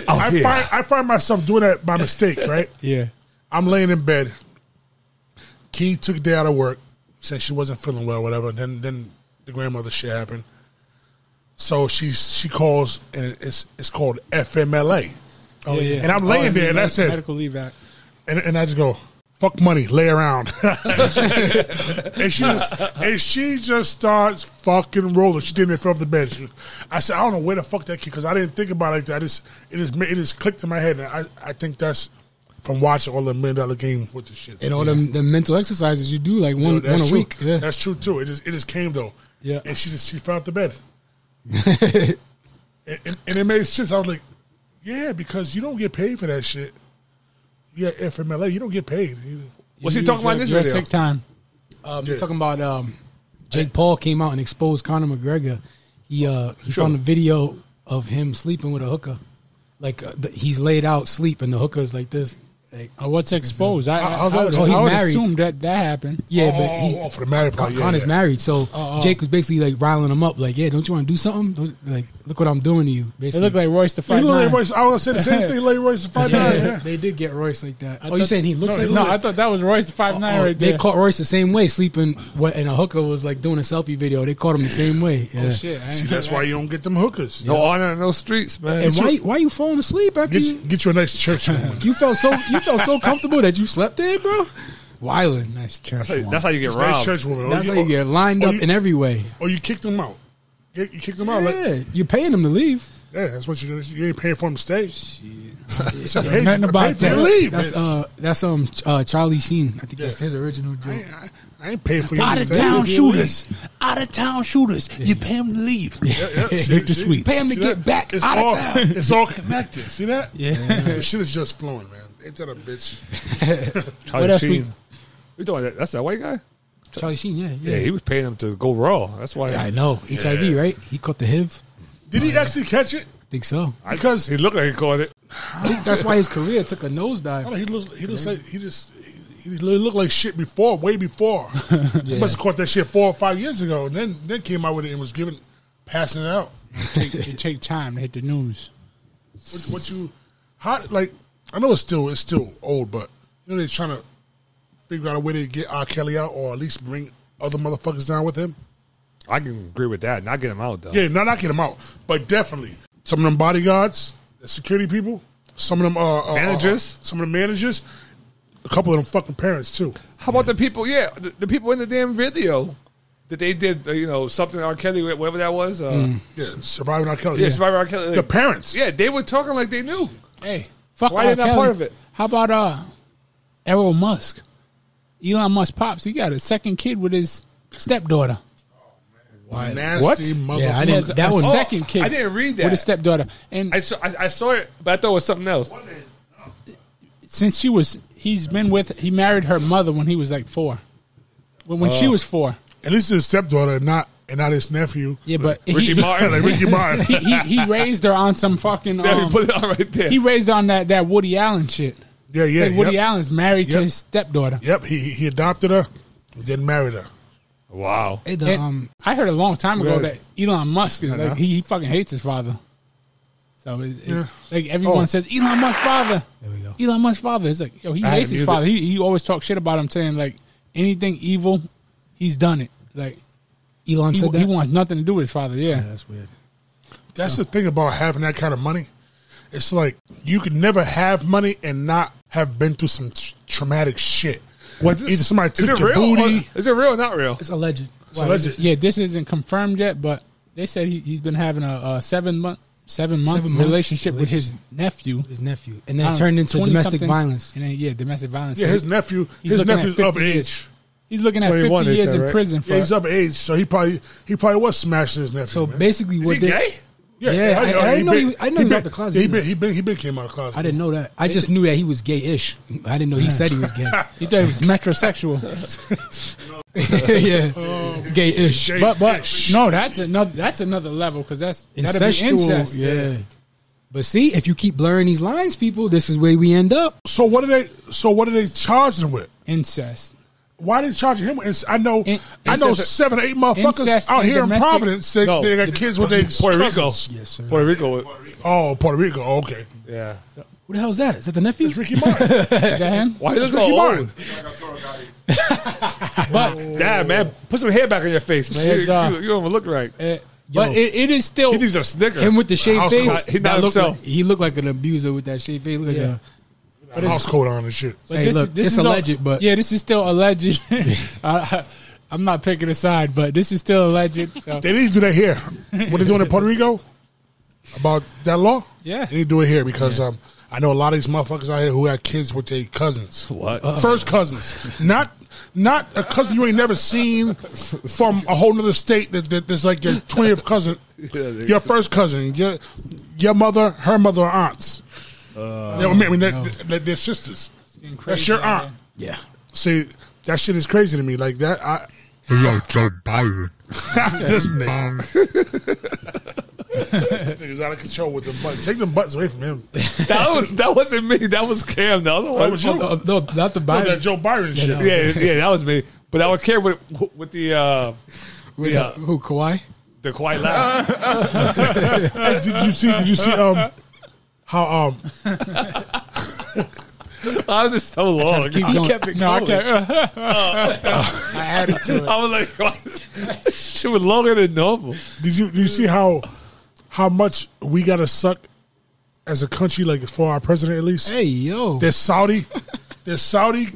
Speaker 6: Oh,
Speaker 2: I,
Speaker 3: yeah.
Speaker 2: find, I find myself doing that by mistake, right?
Speaker 3: yeah.
Speaker 2: I'm laying in bed. Key took a day out of work, said she wasn't feeling well, whatever. Then then the grandmother shit happened. So she she calls and it's it's called FMLA,
Speaker 3: Oh yeah.
Speaker 2: And I'm laying
Speaker 3: I mean,
Speaker 2: there, and that's it.
Speaker 3: Medical leave act.
Speaker 2: and and I just go fuck money, lay around, *laughs* and she just and she just starts fucking rolling. She didn't even fell off the bed. She- I said I don't know where the fuck that kid because I didn't think about it like that. I just it is it just clicked in my head, and I I think that's from watching all the million dollar game with the shit.
Speaker 6: And all them the mental exercises you do, like one
Speaker 2: Yo, that's
Speaker 6: one a
Speaker 2: true.
Speaker 6: week. Yeah.
Speaker 2: That's true too. It just it just came though.
Speaker 6: Yeah.
Speaker 2: And she just she fell out the
Speaker 6: *laughs*
Speaker 2: bed. and, and, and it made sense. I was like, yeah, because you don't get paid for that shit. Yeah, FMLA, you don't get paid. You-
Speaker 5: What's
Speaker 3: You
Speaker 5: he talking
Speaker 3: use
Speaker 5: about in this
Speaker 3: your
Speaker 5: video?
Speaker 3: Sick time.
Speaker 6: Um, You're talking about um, Jake Paul came out and exposed Conor McGregor. He uh, he found a video of him sleeping with a hooker. Like uh, the, he's laid out sleep and the hooker is like this. Like,
Speaker 3: Uh, what's exposed? I, oh, I,
Speaker 2: How- how's
Speaker 3: I
Speaker 2: that
Speaker 3: would,
Speaker 2: exposed?
Speaker 3: I would
Speaker 6: He's married.
Speaker 3: assume that that happened.
Speaker 6: yeah,
Speaker 2: Oh,
Speaker 6: but he,
Speaker 2: oh, oh, for the married part, yeah,
Speaker 6: Connor's
Speaker 2: yeah.
Speaker 6: married, so
Speaker 3: Oh, oh.
Speaker 6: Jake was basically like riling him up. Like, yeah, don't you want to do something? Don't, like, look what I'm doing to you.
Speaker 3: It
Speaker 6: Basically,
Speaker 3: looked like Royce the
Speaker 2: You
Speaker 3: Five
Speaker 2: know, Larry
Speaker 3: Nine.
Speaker 2: Royce, I was gonna say the same thing. Larry Royce is five
Speaker 6: *laughs* Yeah,
Speaker 2: nine. Yeah.
Speaker 6: they did get Royce like that.
Speaker 3: I
Speaker 6: oh, you
Speaker 3: thought-
Speaker 6: saying he looks like?
Speaker 3: No,
Speaker 6: Royce?
Speaker 3: I thought that was Royce the Five Nine
Speaker 6: Oh,
Speaker 3: right
Speaker 6: they
Speaker 3: there.
Speaker 6: caught Royce the same way, sleeping. What and a hooker was like doing a selfie video. They caught him the same way. Yeah.
Speaker 3: oh shit! I
Speaker 2: See,
Speaker 3: ain't-
Speaker 2: that's why you don't get them hookers.
Speaker 5: No honor, in those streets, man.
Speaker 6: And why why you falling asleep after
Speaker 2: Get,
Speaker 6: you,
Speaker 2: you- get you a nice church woman.
Speaker 6: *laughs* you felt so you felt so comfortable that you slept in, bro? Wyland, nice church.
Speaker 5: Hey,
Speaker 6: woman.
Speaker 5: That's how you get
Speaker 2: It's a nice
Speaker 5: robbed.
Speaker 2: church woman. Or
Speaker 6: That's
Speaker 2: you,
Speaker 6: how you get lined
Speaker 2: oh,
Speaker 6: up
Speaker 2: you-
Speaker 6: in every way.
Speaker 2: Or you kicked them out. You, you kicked them out. Like,
Speaker 6: Yeah, you're paying them to leave.
Speaker 2: yeah, that's what you do. You ain't paying for them to stay. It's a
Speaker 6: Yeah,
Speaker 2: pay-
Speaker 6: nothing
Speaker 2: pay
Speaker 6: about
Speaker 2: for
Speaker 6: that.
Speaker 2: your leave,
Speaker 6: that's
Speaker 2: man.
Speaker 6: uh, that's um, Ch- uh, Charlie Sheen. I think that's
Speaker 2: Yeah.
Speaker 6: his original
Speaker 2: I
Speaker 6: joke.
Speaker 2: ain't- I, I ain't paying for you.
Speaker 3: Out
Speaker 2: to
Speaker 3: of
Speaker 2: stay.
Speaker 3: town
Speaker 2: You
Speaker 3: shooters, out of town shooters. You pay them to leave. *laughs*
Speaker 2: yeah, see,
Speaker 3: Victor
Speaker 2: see.
Speaker 3: Sweet.
Speaker 2: Pay 'em
Speaker 3: See that? It's
Speaker 2: all,
Speaker 3: all-
Speaker 2: *laughs* It's
Speaker 3: *laughs*
Speaker 2: all connected. See that? Yeah. The shit is just flowing, man. Ain't that a bitch?
Speaker 5: Charlie
Speaker 3: What else
Speaker 5: Sheen.
Speaker 3: we-
Speaker 5: We talking about that? That's that white guy.
Speaker 6: Charlie Sheen, yeah,
Speaker 5: Yeah,
Speaker 6: yeah.
Speaker 5: he was paying them to go raw. That's why.
Speaker 6: I know HIV, right? He caught the HIV.
Speaker 2: Did he actually catch it?
Speaker 6: I think so.
Speaker 5: because he looked like he caught it.
Speaker 6: I think that's why his career took a
Speaker 2: I
Speaker 6: nosedive.
Speaker 2: don't know, he looks. He looks like he just. He, he looked like shit before, way before. He must have caught that shit four or five years ago, and then then came out with it and was giving, passing it out.
Speaker 3: It take time to hit the news.
Speaker 2: What, what you, how like? I know it's still it's still old, but you know they're trying to figure out a way to get R. Kelly out, or at least bring other motherfuckers down with him.
Speaker 5: I can agree with that. Not get him out though.
Speaker 2: Yeah, not knocking them out, but definitely some of them bodyguards, the security people, some of them uh, uh, uh,
Speaker 5: Managers?
Speaker 2: some of the managers, a couple of them fucking parents too.
Speaker 5: How about the people? Yeah, the, the people in the damn video that they did. Uh, you know, something R. Kelly, whatever that was. Uh,
Speaker 2: Yeah, surviving R. Kelly.
Speaker 5: Yeah, Survivor R. Kelly.
Speaker 2: The parents.
Speaker 5: Yeah, they were talking like they knew.
Speaker 3: Hey, fuck
Speaker 5: Why
Speaker 3: R.
Speaker 5: they not
Speaker 3: Kelly.
Speaker 5: part of it?
Speaker 3: How about uh, Errol Musk, Elon Musk pops? He got a second kid with his stepdaughter.
Speaker 5: What?
Speaker 2: nasty motherfucker.
Speaker 6: Yeah, I
Speaker 3: He
Speaker 6: didn't.
Speaker 3: has
Speaker 6: That
Speaker 3: a
Speaker 6: one.
Speaker 3: second kid.
Speaker 5: Oh, I didn't read that.
Speaker 3: With his stepdaughter, and
Speaker 5: I saw, I, I saw it, but I thought it was something else.
Speaker 3: since she was, he's been with. He married her mother when he was like four. When, when
Speaker 5: Oh.
Speaker 3: she was four.
Speaker 2: At least his stepdaughter, and not and not his nephew.
Speaker 3: Yeah, but *laughs* he,
Speaker 5: Ricky
Speaker 2: *laughs*
Speaker 5: Martin.
Speaker 2: like Ricky
Speaker 3: *laughs*
Speaker 2: Martin.
Speaker 3: he, he he raised her on some
Speaker 5: *laughs*
Speaker 3: fucking.
Speaker 5: Yeah,
Speaker 3: um,
Speaker 5: he put it on right there.
Speaker 3: he raised her on that that Woody Allen shit.
Speaker 2: yeah, yeah.
Speaker 3: Like Woody
Speaker 2: yep.
Speaker 3: Allen's married to
Speaker 2: Yep.
Speaker 3: his stepdaughter.
Speaker 2: Yep, he he adopted her, then married her.
Speaker 5: wow.
Speaker 6: Hey, the,
Speaker 3: And
Speaker 6: um,
Speaker 3: I heard a long time ago
Speaker 5: Really?
Speaker 3: that Elon Musk is
Speaker 5: Uh-huh.
Speaker 3: like he, he fucking hates his father. So it, it-
Speaker 2: Yeah.
Speaker 3: like everyone
Speaker 5: Oh.
Speaker 3: says Elon Musk's father.
Speaker 6: there we go.
Speaker 3: Elon Musk's father. It's like yo, he
Speaker 5: I
Speaker 3: hates
Speaker 5: knew
Speaker 3: his
Speaker 5: that.
Speaker 3: father. He he always talks shit about him, saying like anything evil, he's done it. Like
Speaker 6: Elon
Speaker 3: he,
Speaker 6: said that.
Speaker 3: he wants nothing to do with his father. Yeah,
Speaker 6: Yeah, that's weird.
Speaker 2: That's the thing about having that kind of money. It's like you could never have money and not have been through some t- traumatic shit.
Speaker 5: What's
Speaker 2: Either somebody
Speaker 5: is
Speaker 2: took
Speaker 5: it
Speaker 2: your
Speaker 5: real? or-
Speaker 2: booty.
Speaker 5: Is it real or not real?
Speaker 6: It's alleged.
Speaker 2: So that's it.
Speaker 3: yeah. This isn't confirmed yet, but they said he, he's been having a, a seven month seven month
Speaker 6: Seven month
Speaker 3: relationship with his nephew.
Speaker 6: His nephew, and
Speaker 3: I
Speaker 6: then it
Speaker 3: don't
Speaker 6: turned
Speaker 3: know,
Speaker 6: into
Speaker 3: 20
Speaker 6: domestic
Speaker 3: something.
Speaker 6: violence.
Speaker 3: And then, yeah, domestic violence.
Speaker 2: Yeah,
Speaker 3: So
Speaker 2: his
Speaker 3: he-
Speaker 2: nephew.
Speaker 3: he's
Speaker 2: His
Speaker 3: looking at
Speaker 2: nephew's of
Speaker 3: 50 years.
Speaker 2: age.
Speaker 3: He's looking at
Speaker 5: 21,
Speaker 3: 50
Speaker 5: they
Speaker 3: years
Speaker 5: said,
Speaker 3: in
Speaker 5: right?
Speaker 3: prison for
Speaker 2: Yeah, he's of age, so he probably he probably was smashing his nephew.
Speaker 6: So
Speaker 2: man.
Speaker 6: basically,
Speaker 5: Is
Speaker 6: what
Speaker 5: he
Speaker 6: they-
Speaker 5: gay?
Speaker 6: Yeah, I- I didn't know he- I didn't know he was
Speaker 2: been-
Speaker 6: out the closet
Speaker 2: He
Speaker 6: either.
Speaker 2: been, he been he been came out of the closet.
Speaker 6: I didn't know that. I just knew that he was gay-ish. I didn't know he said he
Speaker 3: *laughs*
Speaker 6: was gay. *laughs*
Speaker 3: He thought he was metrosexual,
Speaker 2: *laughs*
Speaker 6: yeah,
Speaker 3: Oh.
Speaker 6: gay-ish.
Speaker 2: Gay-
Speaker 3: but but
Speaker 2: Ish.
Speaker 3: no, that's another that's another level because that's that'd be
Speaker 6: Incestual,
Speaker 3: incest.
Speaker 6: yeah. But see, if you keep blurring these lines, people, this is where we end up.
Speaker 2: So what are they? So what are they charging him with?
Speaker 3: Incest.
Speaker 2: Why they charging him? with ins- I know,
Speaker 3: In-
Speaker 2: I know,
Speaker 3: incest-
Speaker 2: seven, or eight motherfuckers
Speaker 3: incest
Speaker 2: out
Speaker 3: and
Speaker 2: here
Speaker 3: domestic-
Speaker 2: in Providence. They,
Speaker 5: No.
Speaker 2: they got kids with their
Speaker 5: Puerto Rico.
Speaker 2: cousins.
Speaker 6: Yes, sir.
Speaker 5: Puerto Rico.
Speaker 2: Oh, Puerto Rico. Okay,
Speaker 5: Yeah.
Speaker 6: Who the hell's that? Is that the nephew?
Speaker 2: Ricky *laughs* Martin.
Speaker 3: Is that him?
Speaker 5: Why does
Speaker 2: Ricky Martin.
Speaker 3: uh,
Speaker 5: But damn, man, put some hair back on your face, man.
Speaker 3: His,
Speaker 5: You,
Speaker 3: uh,
Speaker 5: you- you don't even look right.
Speaker 3: Eh, but it, it is still.
Speaker 5: He needs a snicker.
Speaker 6: Him with the shaved
Speaker 2: House
Speaker 6: face.
Speaker 2: coat.
Speaker 5: He not
Speaker 6: That looked
Speaker 5: himself.
Speaker 6: like- he looked like an abuser with that shaved face. Look at
Speaker 3: Yeah.
Speaker 6: that.
Speaker 2: House coat on and shit.
Speaker 3: but
Speaker 6: Hey,
Speaker 3: this,
Speaker 6: look,
Speaker 3: this
Speaker 6: it's
Speaker 3: is all-
Speaker 6: alleged, but-
Speaker 3: yeah, this is still
Speaker 6: *laughs*
Speaker 3: alleged. *laughs* I, I, am not picking a side, but this is still alleged. So.
Speaker 2: They need to do that here. What they doing in Puerto Rico about that law?
Speaker 3: Yeah.
Speaker 2: they need to do it here because um, I know a lot of these motherfuckers out here who got kids with their cousins. Uh,
Speaker 5: what?
Speaker 2: First cousins, not not a cousin you ain't never seen from a whole nother state that, that that's like your twentieth cousin,
Speaker 5: they-
Speaker 2: your first cousin, your your mother, her mother, or aunts. you know what I mean? I mean, they're, they're, they're sisters. That's your aunt.
Speaker 6: Yeah.
Speaker 2: See, that shit is crazy to me. Like that, I. Yo, Joe Biden. *laughs* this nigga. This nigga's out of control with the buttons. Take them buttons away from him.
Speaker 5: that, was, that wasn't me. That was Cam. The other one.
Speaker 2: was you.
Speaker 6: Oh, no, no, not the
Speaker 2: Oh, that
Speaker 6: Biden.
Speaker 2: Joe Byron shit.
Speaker 6: no.
Speaker 5: yeah, yeah, that was me. But I was Cam with with the uh,
Speaker 6: With,
Speaker 5: Yeah.
Speaker 6: uh, who, Kawhi?
Speaker 5: the quiet laugh.
Speaker 2: Hey, did you see? Did you see? Um, how um
Speaker 5: I was just so long.
Speaker 3: Keep
Speaker 5: I,
Speaker 3: going.
Speaker 6: kept it
Speaker 3: no, I
Speaker 6: going.
Speaker 3: kept. I added to it.
Speaker 5: Uh, was like, *laughs* what? she was longer than normal.
Speaker 2: Did you did you see how how much we gotta suck as a country, like for our president at least?
Speaker 6: Hey, yo.
Speaker 2: This Saudi, this Saudi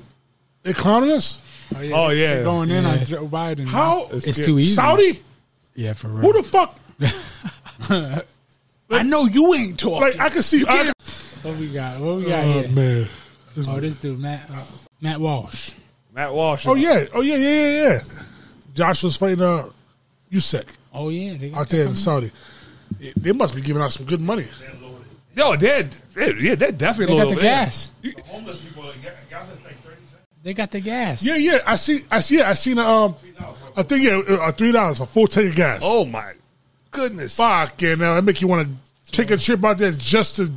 Speaker 2: economists.
Speaker 5: Oh yeah,
Speaker 3: They're going in
Speaker 6: Yeah.
Speaker 3: on Joe Biden.
Speaker 2: How
Speaker 6: It's too easy.
Speaker 2: Saudi?
Speaker 6: Yeah, for real.
Speaker 2: Who the fuck?
Speaker 6: I know you ain't talking.
Speaker 2: Like I can see. I can,
Speaker 3: What we got? What we got
Speaker 2: oh
Speaker 3: here?
Speaker 2: man.
Speaker 3: Oh, this dude Matt uh, Matt Walsh.
Speaker 5: Matt Walsh.
Speaker 2: Oh yeah. Oh yeah. Yeah yeah yeah. Joshua's fighting uh, Usyk
Speaker 3: Oh yeah, they got
Speaker 2: out there in Saudi. Yeah, They must be giving out some good money.
Speaker 5: yo, they're, they're yeah, they're definitely
Speaker 3: they
Speaker 6: Oh,
Speaker 3: got
Speaker 5: loyal.
Speaker 3: the
Speaker 5: Yeah.
Speaker 3: gas. They got the gas.
Speaker 2: Yeah yeah. I see. I see. I seen a um. I think yeah, uh, three dollars for full tank of gas.
Speaker 5: Oh my goodness.
Speaker 2: Fucking hell, that make you want to take a trip out there just to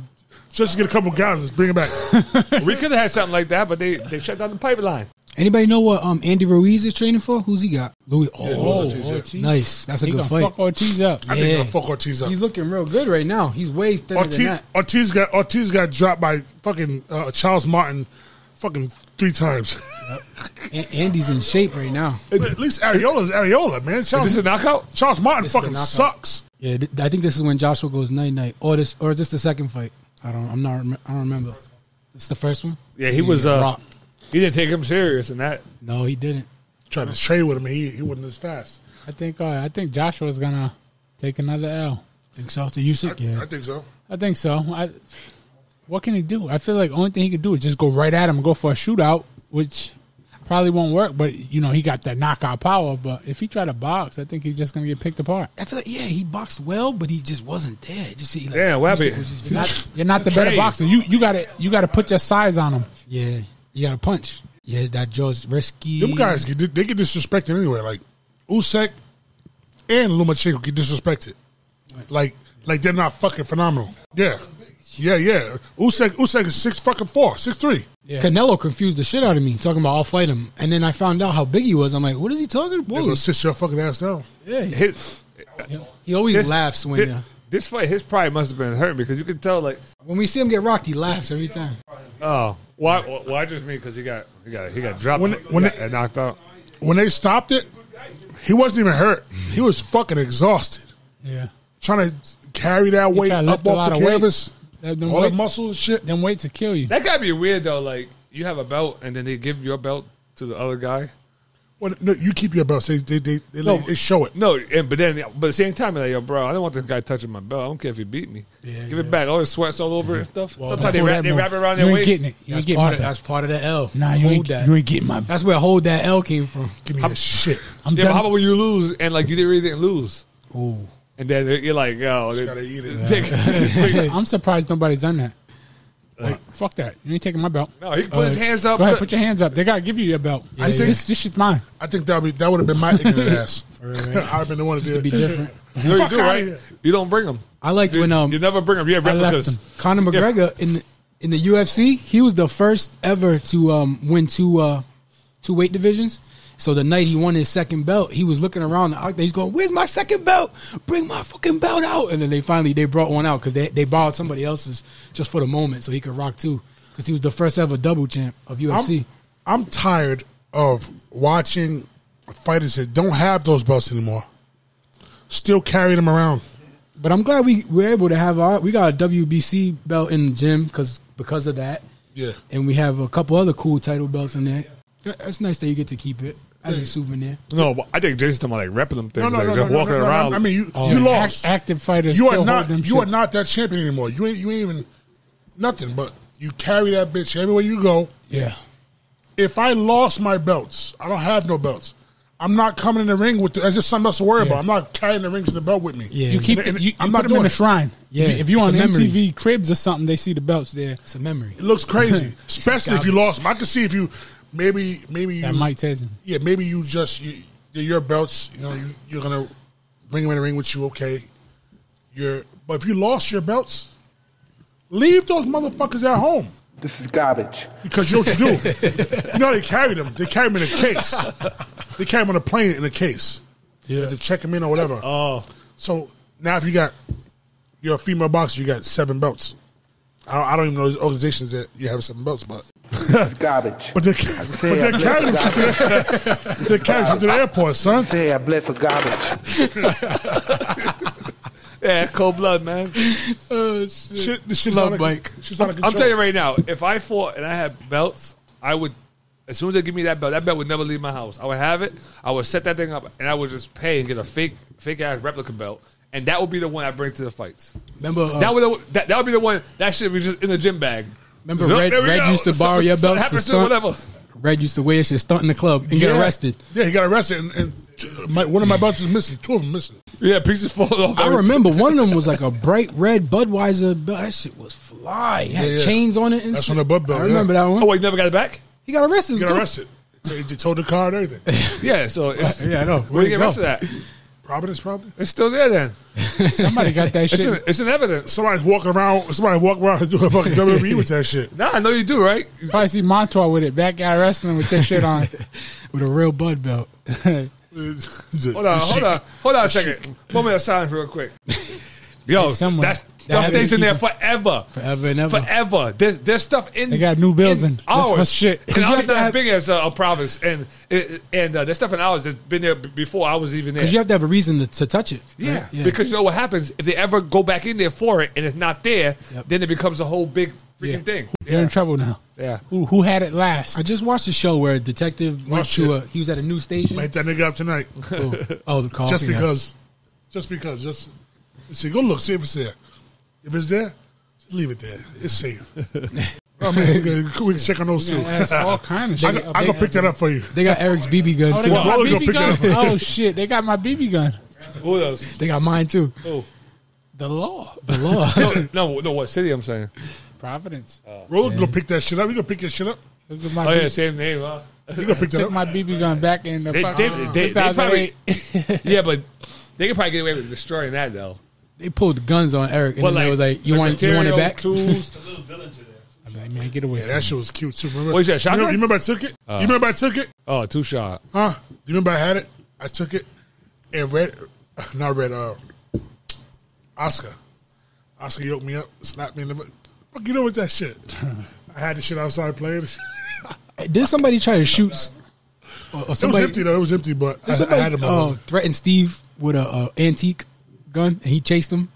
Speaker 2: just to get a couple guys and bring it
Speaker 6: *laughs*
Speaker 2: back.
Speaker 5: We could have had something like that, but they, they shut down the pipeline.
Speaker 6: Anybody know what um, Andy Ruiz is training for? Who's he got? Louis.
Speaker 3: Oh,
Speaker 6: Oh,
Speaker 2: Ortiz, yeah.
Speaker 3: Ortiz.
Speaker 6: nice. That's a
Speaker 3: He
Speaker 6: good
Speaker 3: gonna
Speaker 6: fight.
Speaker 3: fuck Ortiz up.
Speaker 2: I think
Speaker 6: Yeah.
Speaker 2: I'll uh, fuck Ortiz up.
Speaker 6: He's looking real good right now. He's way thinner than
Speaker 2: Ortiz, Ortiz
Speaker 6: that.
Speaker 2: got Ortiz got dropped by fucking uh, Charles Martin, fucking three times.
Speaker 6: A- Andy's in shape right now.
Speaker 2: But *laughs* at least Ariola's Ariola, man.
Speaker 5: Is this
Speaker 2: Charles,
Speaker 5: a knockout?
Speaker 2: Charles Martin
Speaker 6: is a
Speaker 2: fucking
Speaker 6: knockout.
Speaker 2: sucks.
Speaker 6: Yeah, th- I think this is when Joshua goes night night, or this, or is this the second fight? I don't. I'm not. Rem- I don't remember. It's the first one.
Speaker 5: Yeah, he was. Uh,
Speaker 6: Rock.
Speaker 5: he didn't take him serious, and that
Speaker 6: No, he didn't.
Speaker 2: Trying to trade with him, he he wasn't as fast.
Speaker 3: I think uh, I think Joshua's gonna take another L.
Speaker 6: Think so? To Usyk, yeah.
Speaker 2: I think so.
Speaker 3: I think so. I, what can he do? I feel like only thing he could do is just go right at him and go for a shootout, which probably won't work. But you know he got that knockout power. But if he try to box, I think he's just gonna get picked apart.
Speaker 6: I feel like yeah, he boxed well, but he just wasn't there. Just he like,
Speaker 5: damn, what
Speaker 6: Usyk
Speaker 5: happened?
Speaker 6: was just-
Speaker 3: You're not, you're not the better
Speaker 5: Trey.
Speaker 3: boxer. You you got to you got to put your size on him.
Speaker 6: yeah, you got to punch. Yeah, that Joe's risky.
Speaker 2: Them guys get they get disrespected anyway. Like Usyk and Lomachenko get disrespected. Like like they're not fucking phenomenal. Yeah. Yeah, yeah. Usyk Usyk is six fucking four, six three.
Speaker 6: Canelo confused the shit out of me talking about I'll fight him, and then I found out how big he was. I'm like, what is he talking
Speaker 2: They're gonna
Speaker 6: about?
Speaker 2: sit your fucking ass down.
Speaker 6: Yeah,
Speaker 5: His
Speaker 6: he always
Speaker 5: this,
Speaker 6: laughs when
Speaker 5: this,
Speaker 6: uh,
Speaker 5: this fight, his pride must have been hurt because you could tell, like,
Speaker 6: when we see him get rocked. He laughs every time.
Speaker 5: oh, why? Why I just mean because he got he got he got dropped
Speaker 2: When- when
Speaker 5: got
Speaker 2: it-
Speaker 5: knocked out.
Speaker 2: When they stopped it, he wasn't even hurt. He was fucking exhausted.
Speaker 3: Yeah,
Speaker 2: Trying to carry that weight
Speaker 3: kinda
Speaker 2: up
Speaker 3: lifted a
Speaker 2: off
Speaker 3: lot
Speaker 2: the
Speaker 3: of weight.
Speaker 2: canvas.
Speaker 3: that, them,
Speaker 2: All that
Speaker 3: weights,
Speaker 2: muscle and shit.
Speaker 3: them weights will kill you.
Speaker 5: That gotta be weird though. Like you have a belt and then they give your belt to the other guy.
Speaker 2: Well, no, you keep your belt. They they they, they, they show it.
Speaker 5: No, and but then but at the same time, like yo, bro, I don't want this guy touching my belt. I don't care if he beat me. give it back. All his sweats all over it and stuff. Sometimes they
Speaker 3: Before
Speaker 5: wrap,
Speaker 3: that
Speaker 5: they
Speaker 3: move,
Speaker 5: wrap it around
Speaker 3: you
Speaker 5: their
Speaker 3: ain't
Speaker 5: waist.
Speaker 3: Getting it. You
Speaker 6: That's
Speaker 3: ain't getting
Speaker 6: part,
Speaker 3: my
Speaker 6: of, that's
Speaker 3: belt.
Speaker 6: part of the L.
Speaker 3: Nah, you
Speaker 6: hold
Speaker 3: ain't,
Speaker 6: that.
Speaker 3: you ain't getting my belt.
Speaker 6: That's where hold that L came from.
Speaker 2: Give me that shit.
Speaker 3: I'm
Speaker 5: Yeah, but how
Speaker 3: done.
Speaker 5: about when you lose and like you didn't really didn't lose,
Speaker 6: Ooh.
Speaker 5: and then you're like, yo, *laughs* they,
Speaker 2: gotta eat it.
Speaker 5: take-
Speaker 3: I'm surprised nobody's done that. Like, fuck that. You ain't taking my belt. *laughs*
Speaker 5: No, he can put his hands up.
Speaker 3: Go ahead, put your hands up. They gotta give you your belt.
Speaker 6: Yeah,
Speaker 3: this,
Speaker 6: yeah.
Speaker 3: this, this shit's mine.
Speaker 2: I think that would be, that would have been my ignorant
Speaker 3: *laughs*
Speaker 2: ass. *laughs* I'd have been the one
Speaker 6: to be different.
Speaker 5: You know what you do,
Speaker 2: outta
Speaker 5: right?
Speaker 2: here.
Speaker 5: You don't bring them.
Speaker 6: *laughs* I liked when um
Speaker 5: you never bring them. You have
Speaker 3: I left
Speaker 5: replicas.
Speaker 3: him.
Speaker 6: Conor McGregor in the, in the UFC, he was the first ever to um, win two uh, two weight divisions. So the night he won his second belt, he was looking around the octagon. He's going, "Where's my second belt? Bring my fucking belt out!" And then they finally they brought one out because they they borrowed somebody else's just for the moment so he could rock two because he was the first ever double champ of UFC.
Speaker 2: I'm, I'm tired of watching fighters that don't have those belts anymore still carry them around.
Speaker 6: But I'm glad we were able to have our we got a WBC belt in the gym because because of that.
Speaker 2: Yeah.
Speaker 6: and we have a couple other cool title belts in there. That- That's nice that you get to keep it as a souvenir.
Speaker 5: No, but I think Jason's talking about like repping them things,
Speaker 2: No, no,
Speaker 5: like
Speaker 2: no, no,
Speaker 5: just
Speaker 2: no,
Speaker 5: walking
Speaker 2: no, no,
Speaker 5: around.
Speaker 2: I mean, you,
Speaker 3: Oh,
Speaker 2: you
Speaker 3: yeah.
Speaker 2: lost.
Speaker 3: Act- active fighters.
Speaker 2: you
Speaker 3: still
Speaker 2: are not.
Speaker 3: hold them
Speaker 2: You are
Speaker 3: shits.
Speaker 2: not that champion anymore. You ain't. You ain't even nothing. But you carry that bitch everywhere you go.
Speaker 3: Yeah.
Speaker 2: If I lost my belts, I don't have no belts. I'm not coming in the ring with. The, that's just something else to worry about. I'm not carrying the rings and the belt with me.
Speaker 6: Yeah.
Speaker 3: You keep
Speaker 2: And-
Speaker 3: the,
Speaker 2: and
Speaker 3: you,
Speaker 2: I'm
Speaker 3: you
Speaker 2: not
Speaker 3: put them in
Speaker 2: doing
Speaker 3: the
Speaker 2: it.
Speaker 3: shrine.
Speaker 6: Yeah,
Speaker 3: If, if you're
Speaker 6: it's
Speaker 3: on
Speaker 6: a memory.
Speaker 3: MTV Cribs or something, they see the belts there.
Speaker 6: It's a memory.
Speaker 2: It looks crazy, especially if you
Speaker 6: garbage.
Speaker 2: lost. 'em. I can see if you maybe maybe you
Speaker 3: That Mike Tyson.
Speaker 2: yeah maybe you just you, they're your belts. You know you, you're gonna bring them in the ring with you. Okay, you're but if you lost your belts, leave those motherfuckers at home.
Speaker 7: This is garbage.
Speaker 2: Because you know what you do. you know how they carry them. They carry them in a case. They carry them on a plane in a case. Yeah. To check them in or whatever.
Speaker 5: Uh,
Speaker 2: *laughs* Oh. So now if you got you're a female boxer, you got seven belts. I don't, I don't even know these organizations that you have seven belts, but
Speaker 7: This is garbage.
Speaker 2: but they're, but
Speaker 7: Say
Speaker 2: they're
Speaker 7: I bled
Speaker 2: carrying
Speaker 7: for
Speaker 2: them to
Speaker 7: garbage.
Speaker 2: the, they're carrying them to the airport, son.
Speaker 7: Say I bled for garbage.
Speaker 5: yeah, cold blood, man.
Speaker 6: Oh shit!
Speaker 2: Shit, this shit's
Speaker 6: Love
Speaker 2: out of,
Speaker 6: Mike.
Speaker 2: Shit's out of
Speaker 5: I'm
Speaker 2: control.
Speaker 5: telling you right now, if I fought and I had belts, I would. As soon as they give me that belt, that belt would never leave my house. I would have it. I would set that thing up, and I would just pay and get a fake, fake ass replica belt, and that would be the one I bring to the fights.
Speaker 6: Remember, uh,
Speaker 5: That would that, that would be the one that should be just in the gym bag.
Speaker 6: remember
Speaker 5: So,
Speaker 6: Red,
Speaker 5: there we
Speaker 6: Red
Speaker 5: go.
Speaker 6: used to
Speaker 5: So-
Speaker 6: borrow your
Speaker 5: so
Speaker 6: belts to
Speaker 5: happens to
Speaker 6: stunt.
Speaker 5: whatever.
Speaker 6: Red used to wear shit, stunt in the club, and get
Speaker 2: Yeah.
Speaker 6: arrested.
Speaker 2: Yeah, he got arrested, and, and t- my, one of my belts is missing. Two of them missing.
Speaker 5: Yeah, pieces falling off.
Speaker 6: I
Speaker 5: everything.
Speaker 6: remember one of them was like a bright red Budweiser belt. That shit was fly. It had
Speaker 2: Yeah, yeah.
Speaker 6: chains on it. And
Speaker 2: That's
Speaker 6: shit.
Speaker 2: on the Bud belt,
Speaker 6: I remember
Speaker 2: yeah.
Speaker 6: that one.
Speaker 5: Oh, wait, never got it back.
Speaker 6: He got arrested.
Speaker 2: He got
Speaker 6: too.
Speaker 2: arrested. So he towed the car and everything.
Speaker 5: Yeah, so it's,
Speaker 6: Yeah, I know.
Speaker 5: where
Speaker 6: Where'd
Speaker 5: you get
Speaker 6: it
Speaker 5: rest
Speaker 6: go?
Speaker 5: of that?
Speaker 2: Providence, probably.
Speaker 5: It's still there. Then
Speaker 3: Somebody
Speaker 6: *laughs*
Speaker 3: got that
Speaker 5: it's
Speaker 3: shit.
Speaker 5: in, it's in evidence.
Speaker 2: Somebody's walking around. Somebody walk around *laughs* and do a fucking WWE with that shit. *laughs*
Speaker 5: Nah, I know you do, right?
Speaker 3: Probably see Montour with it, back guy wrestling with that shit
Speaker 6: *laughs*
Speaker 3: on.
Speaker 6: with a real Bud belt.
Speaker 5: Hold on,
Speaker 2: *laughs*
Speaker 5: hold on, hold on a second. Moment of silence, real quick. Yo,
Speaker 3: somewhere.
Speaker 5: that
Speaker 3: They
Speaker 5: stuff
Speaker 6: have
Speaker 5: thing's
Speaker 6: to
Speaker 5: in there
Speaker 6: keep
Speaker 5: forever,
Speaker 6: Forever and ever.
Speaker 5: forever. There's there's stuff in.
Speaker 3: They got new building.
Speaker 5: in
Speaker 3: That's
Speaker 5: *laughs* ours.
Speaker 3: for shit. 'Cause you
Speaker 5: And ours
Speaker 3: have
Speaker 5: not
Speaker 3: to
Speaker 5: as
Speaker 3: have-
Speaker 5: big as uh, a province, and it, and uh, there's stuff in ours that's been there b- before I was even there.
Speaker 6: Because you have to have a reason to, to touch it. right?
Speaker 5: yeah. because you know what happens if they ever go back in there for it and it's not there,
Speaker 6: Yep.
Speaker 5: then it becomes a whole big freaking
Speaker 6: Yeah.
Speaker 5: thing.
Speaker 3: You're in trouble now.
Speaker 5: Yeah.
Speaker 3: Who who had it last?
Speaker 6: I just watched a show where a detective went
Speaker 2: Watch
Speaker 6: to a.
Speaker 2: it.
Speaker 6: He was at a news
Speaker 2: *laughs*
Speaker 6: station.
Speaker 2: Light that nigga up tonight.
Speaker 6: Oh, the call.
Speaker 2: just
Speaker 6: yeah.
Speaker 2: because. Just because. Just see. Go look. See if it's there. If it's there, leave it there. It's safe. I mean, we can, we can check on those too.
Speaker 3: That's all kind of
Speaker 2: *laughs* I,
Speaker 3: shit.
Speaker 2: can- I can pick that up for you.
Speaker 6: They got Eric's BB gun
Speaker 3: Oh,
Speaker 6: too.
Speaker 3: they got my
Speaker 2: Rolly gonna
Speaker 3: BB
Speaker 2: pick
Speaker 3: gun.
Speaker 2: that
Speaker 3: Oh shit, they got my BB gun.
Speaker 5: Who
Speaker 6: *laughs*
Speaker 5: else?
Speaker 6: They got mine too.
Speaker 3: The law,
Speaker 6: The *laughs* law.
Speaker 5: No, no, no, what city? I'm saying.
Speaker 3: Providence.
Speaker 2: Roller gonna pick that shit up. You gonna pick that shit up?
Speaker 3: Look at my
Speaker 5: Oh
Speaker 3: B-
Speaker 5: yeah, same name, huh?
Speaker 2: You gonna pick that
Speaker 3: Took
Speaker 2: up?
Speaker 3: my BB gun back in the
Speaker 5: They-
Speaker 3: fucking
Speaker 5: they- they- they
Speaker 3: 2008.
Speaker 5: *laughs* yeah, but they could probably get away with destroying that though.
Speaker 6: they pulled guns on Eric, and
Speaker 5: But
Speaker 6: then they was like, "You
Speaker 5: the
Speaker 6: want, you want it
Speaker 5: material,
Speaker 6: back?"
Speaker 5: Tools,
Speaker 6: *laughs*
Speaker 3: I'm like, man, get away!
Speaker 2: Yeah,
Speaker 3: from me.
Speaker 2: that shit was cute too. Remember?
Speaker 5: What is that,
Speaker 2: You remember, you remember I
Speaker 5: shotgun?
Speaker 2: took it?
Speaker 3: Uh.
Speaker 2: you remember I took it?
Speaker 5: oh, two shot.
Speaker 2: Huh? You remember I had it? I took it and read, *laughs* not read, uh, Oscar. Oscar yoked me up, slapped me in the butt. Fuck you know with that
Speaker 3: *laughs*
Speaker 2: shit. I had the shit outside playing.
Speaker 6: Did somebody try to shoot? s- Or, or somebody,
Speaker 2: it was empty though. It was empty, but I,
Speaker 6: did
Speaker 2: I had
Speaker 6: somebody
Speaker 2: him.
Speaker 5: oh.
Speaker 6: uh, threatened Steve with a uh, antique gun, and he chased him.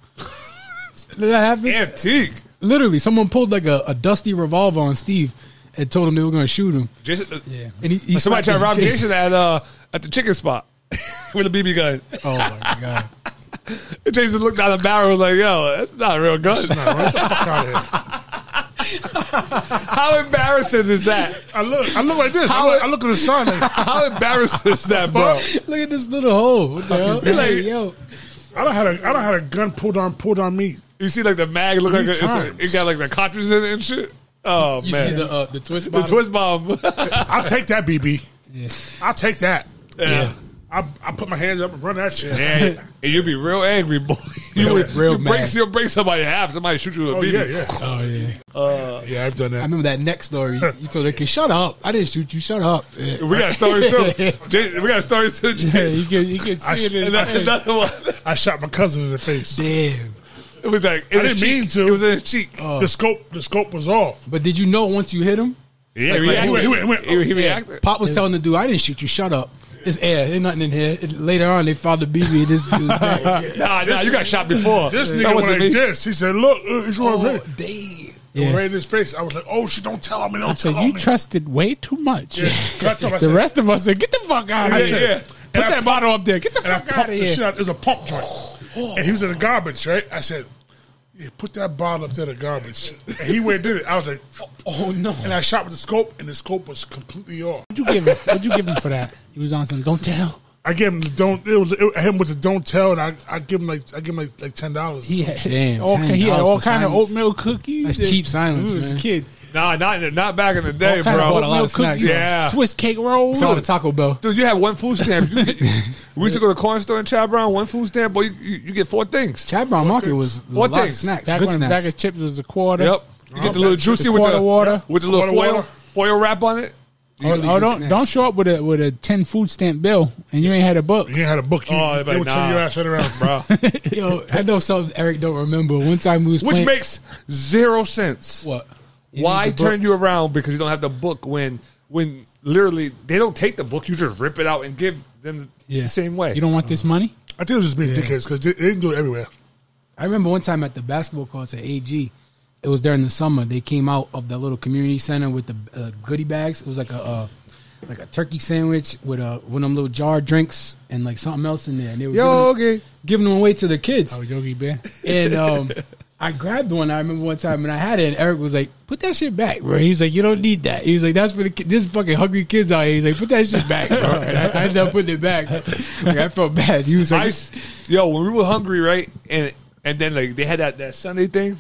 Speaker 6: Did that happen?
Speaker 5: Antique.
Speaker 6: Literally, someone pulled like a, a dusty revolver on Steve and told him they were going to shoot him.
Speaker 5: Jason, uh,
Speaker 3: Yeah.
Speaker 6: And he, he
Speaker 5: somebody tried
Speaker 6: slapped
Speaker 5: to
Speaker 6: his
Speaker 5: rob
Speaker 6: chest.
Speaker 5: Jason at uh at the chicken spot *laughs* with a BB gun.
Speaker 6: Oh my *laughs* god!
Speaker 5: And Jason looked down the barrel and was like, "Yo, that's not a real gun."
Speaker 2: Nah, right the fuck out of
Speaker 5: *laughs*
Speaker 2: here.
Speaker 5: How embarrassing is that?
Speaker 2: I look, I look like this. I
Speaker 5: How-
Speaker 2: look, I look at the sun. Like,
Speaker 5: How embarrassing is that, bro?
Speaker 6: Look at this little hole. What the hell?
Speaker 5: that?
Speaker 6: Like, yo,
Speaker 2: I don't had a, I don't had a gun pulled on pulled on me
Speaker 5: You see, like the mag look like
Speaker 6: Three
Speaker 5: a, it's a,
Speaker 6: times.
Speaker 5: it got like the cartridges in it and shit. Oh
Speaker 3: You
Speaker 5: man,
Speaker 3: see the uh, the twist
Speaker 5: the
Speaker 3: bottle?
Speaker 5: twist bomb. *laughs*
Speaker 2: I'll take that, BB.
Speaker 3: Yeah.
Speaker 2: I'll take that.
Speaker 5: yeah.
Speaker 2: I I put my hands up and run that shit.
Speaker 5: And, and you'll be real angry, boy. You,
Speaker 3: Real- real
Speaker 5: you break,
Speaker 3: mad.
Speaker 5: you'll break somebody in half. Somebody shoot you with a
Speaker 2: Oh
Speaker 5: BB.
Speaker 2: yeah, yeah,
Speaker 3: Oh yeah.
Speaker 2: yeah. I've done
Speaker 6: I
Speaker 2: that.
Speaker 6: remember that next
Speaker 5: *laughs*
Speaker 6: story. You told the kid, "Shut up! I didn't shoot you. Shut up." Yeah.
Speaker 5: We got stories too. Jay, we got stories too.
Speaker 3: Yeah,
Speaker 5: Jay.
Speaker 3: you can you can see it in
Speaker 5: And
Speaker 3: his
Speaker 5: then
Speaker 3: face.
Speaker 5: *laughs* another one. *laughs*
Speaker 2: I shot my cousin in the face.
Speaker 6: Damn.
Speaker 5: It was like in
Speaker 2: I
Speaker 5: his
Speaker 2: didn't mean
Speaker 5: cheek.
Speaker 2: to.
Speaker 5: It was in his cheek. Oh.
Speaker 2: The scope, the scope was off.
Speaker 6: But did you know once you hit him?
Speaker 5: yeah,
Speaker 2: Like, he went- he went- he went-
Speaker 5: he, he reacted.
Speaker 6: Pop was telling the dude, "I didn't shoot you. Shut up. It's air. There's nothing in here." And later on, they found the BB in this
Speaker 5: *laughs*
Speaker 6: dude's back.
Speaker 5: Nah, nah, you got shot before.
Speaker 2: "Oh, This
Speaker 5: That
Speaker 2: nigga went
Speaker 5: wasn't
Speaker 2: like
Speaker 5: me.
Speaker 2: this. He said, "Look, uh, he's going
Speaker 6: Oh,
Speaker 2: right,
Speaker 6: damn.
Speaker 2: yeah.
Speaker 3: Yeah.
Speaker 2: right in his face." I was like, "Oh shit, don't tell on me, don't
Speaker 3: I
Speaker 2: tell
Speaker 3: said
Speaker 2: on
Speaker 3: you
Speaker 2: me."
Speaker 3: trusted way too much.
Speaker 2: Yeah. 'Cause I told him, I
Speaker 3: The
Speaker 2: said-
Speaker 3: rest of us said, "Get the fuck out!"
Speaker 2: I
Speaker 3: of
Speaker 5: Yeah,
Speaker 3: here.
Speaker 2: said-
Speaker 5: yeah.
Speaker 2: And
Speaker 3: Put
Speaker 2: I
Speaker 3: that
Speaker 2: pumped-
Speaker 3: bottle up there. Get the
Speaker 2: and I
Speaker 3: fuck out
Speaker 2: pumped
Speaker 3: of
Speaker 2: the shit
Speaker 3: here.
Speaker 2: out. It was a pump joint,
Speaker 3: Oh.
Speaker 2: and he was in the garbage, right? I said, "Yeah, put that bottle up there, in the garbage." And he went and did it. I was like,
Speaker 6: Oh no.
Speaker 2: and I shot with the scope, and the scope was completely off.
Speaker 3: What'd you give him? What'd you give him for that? He was on some. Don't tell.
Speaker 2: I gave him the don't. It was it, him with the don't tell, and I I give him like I give him like like ten dollars.
Speaker 3: He had
Speaker 6: Damn,
Speaker 3: all,
Speaker 6: $10
Speaker 3: he had all
Speaker 6: for
Speaker 3: kind of
Speaker 6: silence.
Speaker 3: oatmeal cookies.
Speaker 6: That's
Speaker 3: and-
Speaker 6: cheap silence,
Speaker 3: He was
Speaker 6: man.
Speaker 3: a kid.
Speaker 5: Nah, not not back in the
Speaker 3: All
Speaker 5: day,
Speaker 3: kind of
Speaker 5: bro.
Speaker 6: bought a lot
Speaker 3: oatmeal
Speaker 6: of snacks.
Speaker 3: cookies.
Speaker 5: Yeah.
Speaker 3: Swiss cake rolls.
Speaker 6: Saw the Taco Bell.
Speaker 5: Dude, you had one food stamp. You, we used to go to the corner store in Chad Brown. One food stamp, boy, you, you, you get four things.
Speaker 6: Chad Brown Market was a
Speaker 5: What
Speaker 6: lot of
Speaker 5: things?
Speaker 6: snacks.
Speaker 3: Back
Speaker 6: Good
Speaker 3: when a
Speaker 6: snacks.
Speaker 3: bag of chips was a quarter.
Speaker 5: Yep. You get the little juicy with
Speaker 3: quarter
Speaker 5: the
Speaker 3: water.
Speaker 5: with the little
Speaker 2: Quarter
Speaker 5: foil
Speaker 2: water.
Speaker 5: foil wrap on it.
Speaker 3: Oh,
Speaker 6: Really
Speaker 3: oh,
Speaker 6: good
Speaker 3: don't
Speaker 6: snacks.
Speaker 3: don't show up with a with a ten food stamp bill and you ain't had a book.
Speaker 2: You had a book. You,
Speaker 5: Oh,
Speaker 2: they would
Speaker 5: but
Speaker 2: turn
Speaker 5: nah.
Speaker 2: your ass right
Speaker 5: *laughs*
Speaker 2: around, bro.
Speaker 6: Yo, I know something Eric don't remember. One time we was
Speaker 5: Which
Speaker 6: playing.
Speaker 5: makes zero sense.
Speaker 6: what?
Speaker 5: Why
Speaker 6: need the book.
Speaker 5: turn you around because you don't have the book when when literally they don't take the book, you just rip it out and give them
Speaker 3: Yeah.
Speaker 5: the same way.
Speaker 3: You don't want this money?
Speaker 2: I think it was just being dickheads because they, they didn't do it everywhere.
Speaker 6: I remember one time at the basketball courts at AG. It was during the summer. They came out of the little community center with the uh, goodie bags. It was like a uh, like a turkey sandwich with a one of them little jar drinks and like something else in there. And they were
Speaker 5: Yo,
Speaker 6: giving,
Speaker 5: okay.
Speaker 6: giving them away to the kids.
Speaker 3: Oh, Yogi Bear.
Speaker 6: And um, I grabbed one. I remember one time, and I had it. And Eric was like, "Put that shit back, bro." He's like, "You don't need that." He was like, "That's for the kid. This fucking hungry kids out here." He's like, "Put that shit
Speaker 2: *laughs*
Speaker 6: back, bro." And I, I ended up putting it back. Like, I felt bad. He was
Speaker 5: I
Speaker 6: like,
Speaker 5: s- yo, when we were hungry, right? And and then like they had that, that Sunday thing,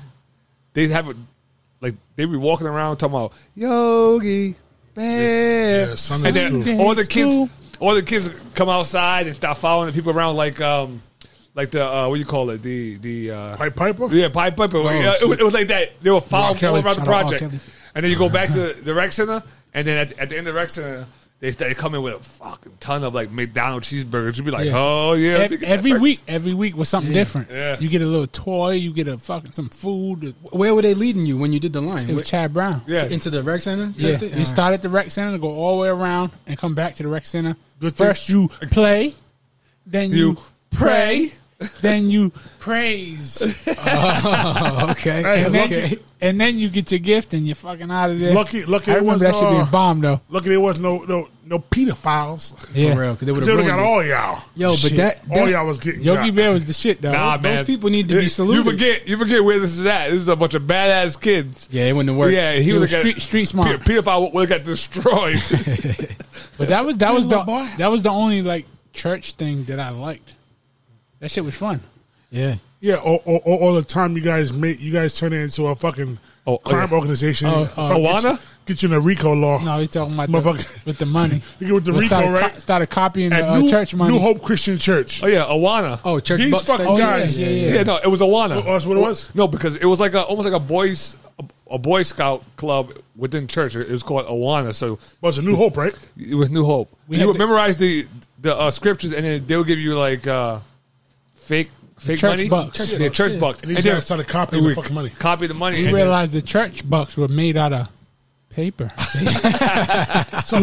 Speaker 5: they have a like they be walking around talking about yogi bear.
Speaker 2: Yeah, Sunday
Speaker 5: and then
Speaker 2: school.
Speaker 5: all the
Speaker 3: School.
Speaker 5: kids all the kids come outside and start following the people around like um like the uh, what do you call it? The the uh
Speaker 2: Pipe Piper.
Speaker 5: Yeah, Pipe Piper. yeah, it, was, it was like that. They were following
Speaker 6: Kelly.
Speaker 5: all around the
Speaker 6: Shout out R.
Speaker 5: project.
Speaker 6: Kelly.
Speaker 5: And then you go back to the rec center, and then at, at the end of the rec center, they, they come in with a fucking ton of like McDonald's cheeseburgers. You'd be like,
Speaker 3: Yeah.
Speaker 5: oh, *laughs* yeah.
Speaker 3: Ev-
Speaker 5: let me
Speaker 3: Every,
Speaker 5: get that breakfast.
Speaker 3: week, every week was something different.
Speaker 5: Yeah.
Speaker 3: You get a little toy, you get a fucking some food.
Speaker 6: "Where were they leading you when you did the line?"
Speaker 3: It was Chad Brown.
Speaker 5: Yeah.
Speaker 6: Into the rec center.
Speaker 3: Yeah,
Speaker 6: Type thing?
Speaker 3: you start at the rec center, go all the way around, and come back to the rec center.
Speaker 2: Good thing-
Speaker 3: First, you play, then you,
Speaker 5: You
Speaker 3: pray, *laughs* then you praise,
Speaker 6: Oh, okay.
Speaker 2: Hey,
Speaker 3: and,
Speaker 2: lucky,
Speaker 3: then, and then you get your gift, and you're fucking out of there.
Speaker 2: lucky, lucky,
Speaker 3: I
Speaker 2: it was
Speaker 3: remember that should be
Speaker 6: uh,
Speaker 2: no,
Speaker 3: a bomb though.
Speaker 2: lucky there was no no no pedophiles.
Speaker 3: Yeah,
Speaker 6: For real, 'cause they
Speaker 2: They
Speaker 6: would
Speaker 2: would
Speaker 6: have
Speaker 2: have got all y'all.
Speaker 6: Yo, but
Speaker 3: Shit.
Speaker 6: that
Speaker 2: All
Speaker 6: that's-
Speaker 2: y'all was getting
Speaker 3: Yogi
Speaker 2: got.
Speaker 3: Bear was the shit though.
Speaker 5: Nah,
Speaker 3: Those
Speaker 5: man.
Speaker 6: people need to be
Speaker 5: You-
Speaker 6: saluted.
Speaker 5: You forget, you forget where this is at. This is a bunch of badass kids.
Speaker 6: Yeah, it wouldn't have worked.
Speaker 5: Yeah, he
Speaker 3: They
Speaker 5: would
Speaker 3: were
Speaker 5: have got
Speaker 3: street- street smart.
Speaker 5: P- PFI would have got
Speaker 6: *laughs*
Speaker 5: destroyed.
Speaker 3: But that was that was the
Speaker 2: little boy.
Speaker 3: that was the only like church thing that I liked. That shit was fun.
Speaker 6: Yeah.
Speaker 2: Yeah, all, all, all, all the time you guys make you guys turn it into a fucking
Speaker 5: Oh,
Speaker 2: crime
Speaker 5: yeah.
Speaker 2: organization.
Speaker 3: Oh,
Speaker 2: Fuck,
Speaker 3: uh,
Speaker 2: get you-
Speaker 5: Awana?
Speaker 2: Get you in a RICO law.
Speaker 3: No, he's talking about the,
Speaker 2: Motherfucker.
Speaker 3: with the money.
Speaker 2: *laughs* You get with the
Speaker 3: We
Speaker 2: RICO,
Speaker 3: started, co-
Speaker 2: right?
Speaker 3: started copying
Speaker 2: At
Speaker 3: the uh,
Speaker 2: New,
Speaker 3: church money.
Speaker 2: New Hope Christian Church.
Speaker 5: oh, yeah, Awana.
Speaker 6: Oh, church.
Speaker 2: These
Speaker 6: bucks
Speaker 2: fucking
Speaker 6: thing?
Speaker 2: guys.
Speaker 6: Yeah, yeah,
Speaker 5: yeah. no, it was Awana.
Speaker 2: Oh, that's what it was?
Speaker 5: No, because it was like a, almost like a boys a, a boy scout club within church. It was called Awana. So
Speaker 2: Well, it's a New Hope, right?
Speaker 5: It was New Hope.
Speaker 3: We
Speaker 5: you
Speaker 3: had
Speaker 5: would
Speaker 3: the-
Speaker 5: memorize the the uh, scriptures, and then they'll give you like uh, fake fake
Speaker 3: church
Speaker 5: money,
Speaker 3: bucks. Church
Speaker 5: Church yeah,
Speaker 3: bucks,
Speaker 5: church
Speaker 3: yeah.
Speaker 5: bucks.
Speaker 2: And these
Speaker 5: then
Speaker 2: guys started copying
Speaker 5: we
Speaker 2: the fucking money.
Speaker 5: Copy the money.
Speaker 3: We
Speaker 5: and then-
Speaker 3: realized the church bucks were
Speaker 2: *laughs*
Speaker 3: made out of paper.
Speaker 2: So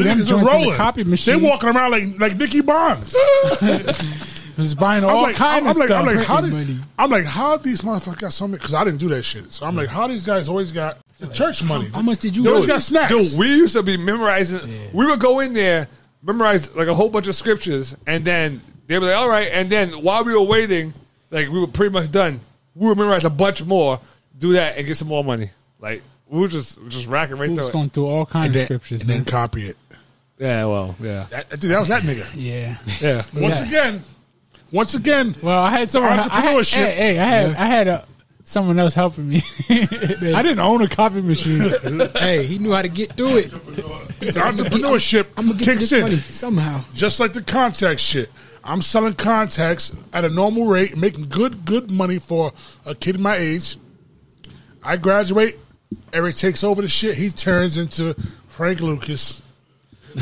Speaker 3: them
Speaker 2: niggas
Speaker 3: joints in
Speaker 2: are
Speaker 3: the
Speaker 2: rolling.
Speaker 3: copy machine.
Speaker 2: They walking around like like Nicky Bonds.
Speaker 3: It was buying *laughs* all
Speaker 2: I'm like,
Speaker 3: kinds
Speaker 2: I'm,
Speaker 3: of
Speaker 2: I'm like,
Speaker 3: stuff.
Speaker 2: I'm like, how
Speaker 6: Freaking
Speaker 2: did,
Speaker 6: money.
Speaker 2: I'm like, how these motherfuckers got so many? Because I didn't do that shit. So I'm like, how these guys always got the church money?
Speaker 6: How much did you
Speaker 2: They always
Speaker 6: lose?
Speaker 2: got snacks.
Speaker 5: Dude, we used to be memorizing. We would go in there, memorize like a whole bunch of scriptures, and then they'd be like, "All right." And then while we were waiting, like we were pretty much done, we would memorize a bunch more, do that, and get some more money. Like we were just just racking right
Speaker 3: Who was
Speaker 5: through. It.
Speaker 3: going through all kinds
Speaker 2: and,
Speaker 3: of
Speaker 2: then,
Speaker 3: scriptures,
Speaker 2: and then
Speaker 3: man.
Speaker 2: copy it.
Speaker 5: Yeah, well, yeah,
Speaker 2: That, that- dude, that was that nigga.
Speaker 3: Yeah.
Speaker 5: yeah.
Speaker 2: Once again, once again,
Speaker 3: Well, I had someone. I had,
Speaker 2: Entrepreneurship.
Speaker 3: hey, hey, I had I had a someone else helping me. *laughs* I didn't own a copy machine.
Speaker 6: hey, he knew how to get through it.
Speaker 2: It's entrepreneurship
Speaker 6: I'm gonna get to
Speaker 2: kicks
Speaker 6: this
Speaker 2: in.
Speaker 6: money somehow.
Speaker 2: Just like the contact shit. I'm selling contacts at a normal rate, making good, good money for a kid my age. I graduate, Eric takes over the shit, he turns into Frank Lucas.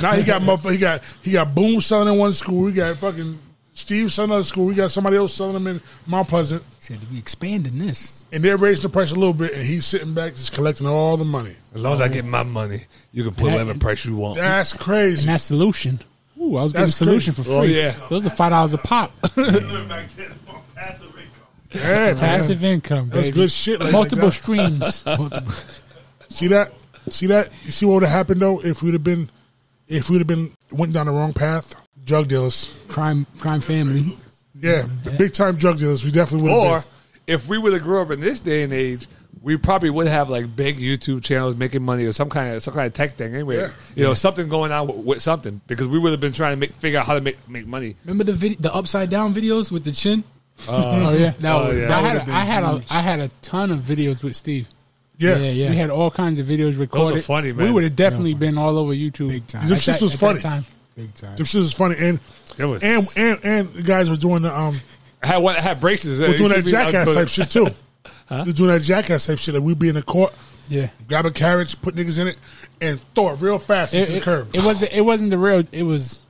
Speaker 2: Now he
Speaker 6: *laughs*
Speaker 2: got motherfucker, he got he got Boom selling in one school, he got fucking Steve selling another school, he got somebody else selling them in Mount Pleasant,
Speaker 6: He said, "We expanding this."
Speaker 2: and they're raising the price a little bit, and he's sitting back just collecting all the money.
Speaker 5: As long as I get my money, you can put whatever price you want.
Speaker 2: That's
Speaker 3: and
Speaker 2: crazy.
Speaker 3: that solution. Ooh, I was getting
Speaker 2: That's
Speaker 3: solution
Speaker 2: crazy.
Speaker 3: for free.
Speaker 5: Oh, yeah.
Speaker 3: Those are five dollars
Speaker 2: *laughs*
Speaker 3: a pop.
Speaker 5: *laughs*
Speaker 2: Yeah, man.
Speaker 3: Passive income.
Speaker 2: That's
Speaker 3: baby.
Speaker 2: good shit like
Speaker 3: Multiple
Speaker 2: that. *laughs*
Speaker 3: streams.
Speaker 2: See that? See that? You see what would have happened though if we'd have been, if we'd have been went down the wrong path? Drug dealers,
Speaker 6: Crime, crime family.
Speaker 2: yeah, big time drug dealers. We definitely would
Speaker 5: Or
Speaker 2: have
Speaker 5: if we would have grew up in this day and age, we probably would have like big YouTube channels making money or some kind of some kind of tech thing. Anyway,
Speaker 2: Yeah.
Speaker 5: you know something going on with, with something because we would have been trying to make figure out how to make make money.
Speaker 6: Remember the vid- the upside down videos with the chin?
Speaker 3: oh yeah.
Speaker 6: That
Speaker 5: Oh,
Speaker 6: would-
Speaker 5: yeah.
Speaker 6: Uh, that
Speaker 3: I had
Speaker 6: would've
Speaker 3: a,
Speaker 6: been
Speaker 3: I had a
Speaker 6: huge.
Speaker 3: I had a ton of videos with Steve.
Speaker 2: been. Yeah,
Speaker 6: yeah,
Speaker 3: We
Speaker 6: yeah.
Speaker 3: had all kinds of videos recorded.
Speaker 5: funny,
Speaker 3: We
Speaker 5: man.
Speaker 3: would have definitely been all over YouTube.
Speaker 6: Big time.
Speaker 3: at
Speaker 2: Them shits
Speaker 3: that-
Speaker 2: was
Speaker 3: at that
Speaker 2: funny.
Speaker 3: time.
Speaker 6: Big time.
Speaker 2: Them shit is funny. And
Speaker 5: It was
Speaker 2: and and and the guys were doing the
Speaker 3: *laughs*
Speaker 2: um,
Speaker 5: I had one, I had braces.
Speaker 2: were doing that jackass type shit too. They're doing that jackass type shit. Like we'd be in the court,
Speaker 3: Yeah.
Speaker 2: grabbing carrots, put niggas in it, and throw it real fast
Speaker 3: It,
Speaker 2: into the
Speaker 3: it-
Speaker 2: curb.
Speaker 3: it wasn't it wasn't the real it was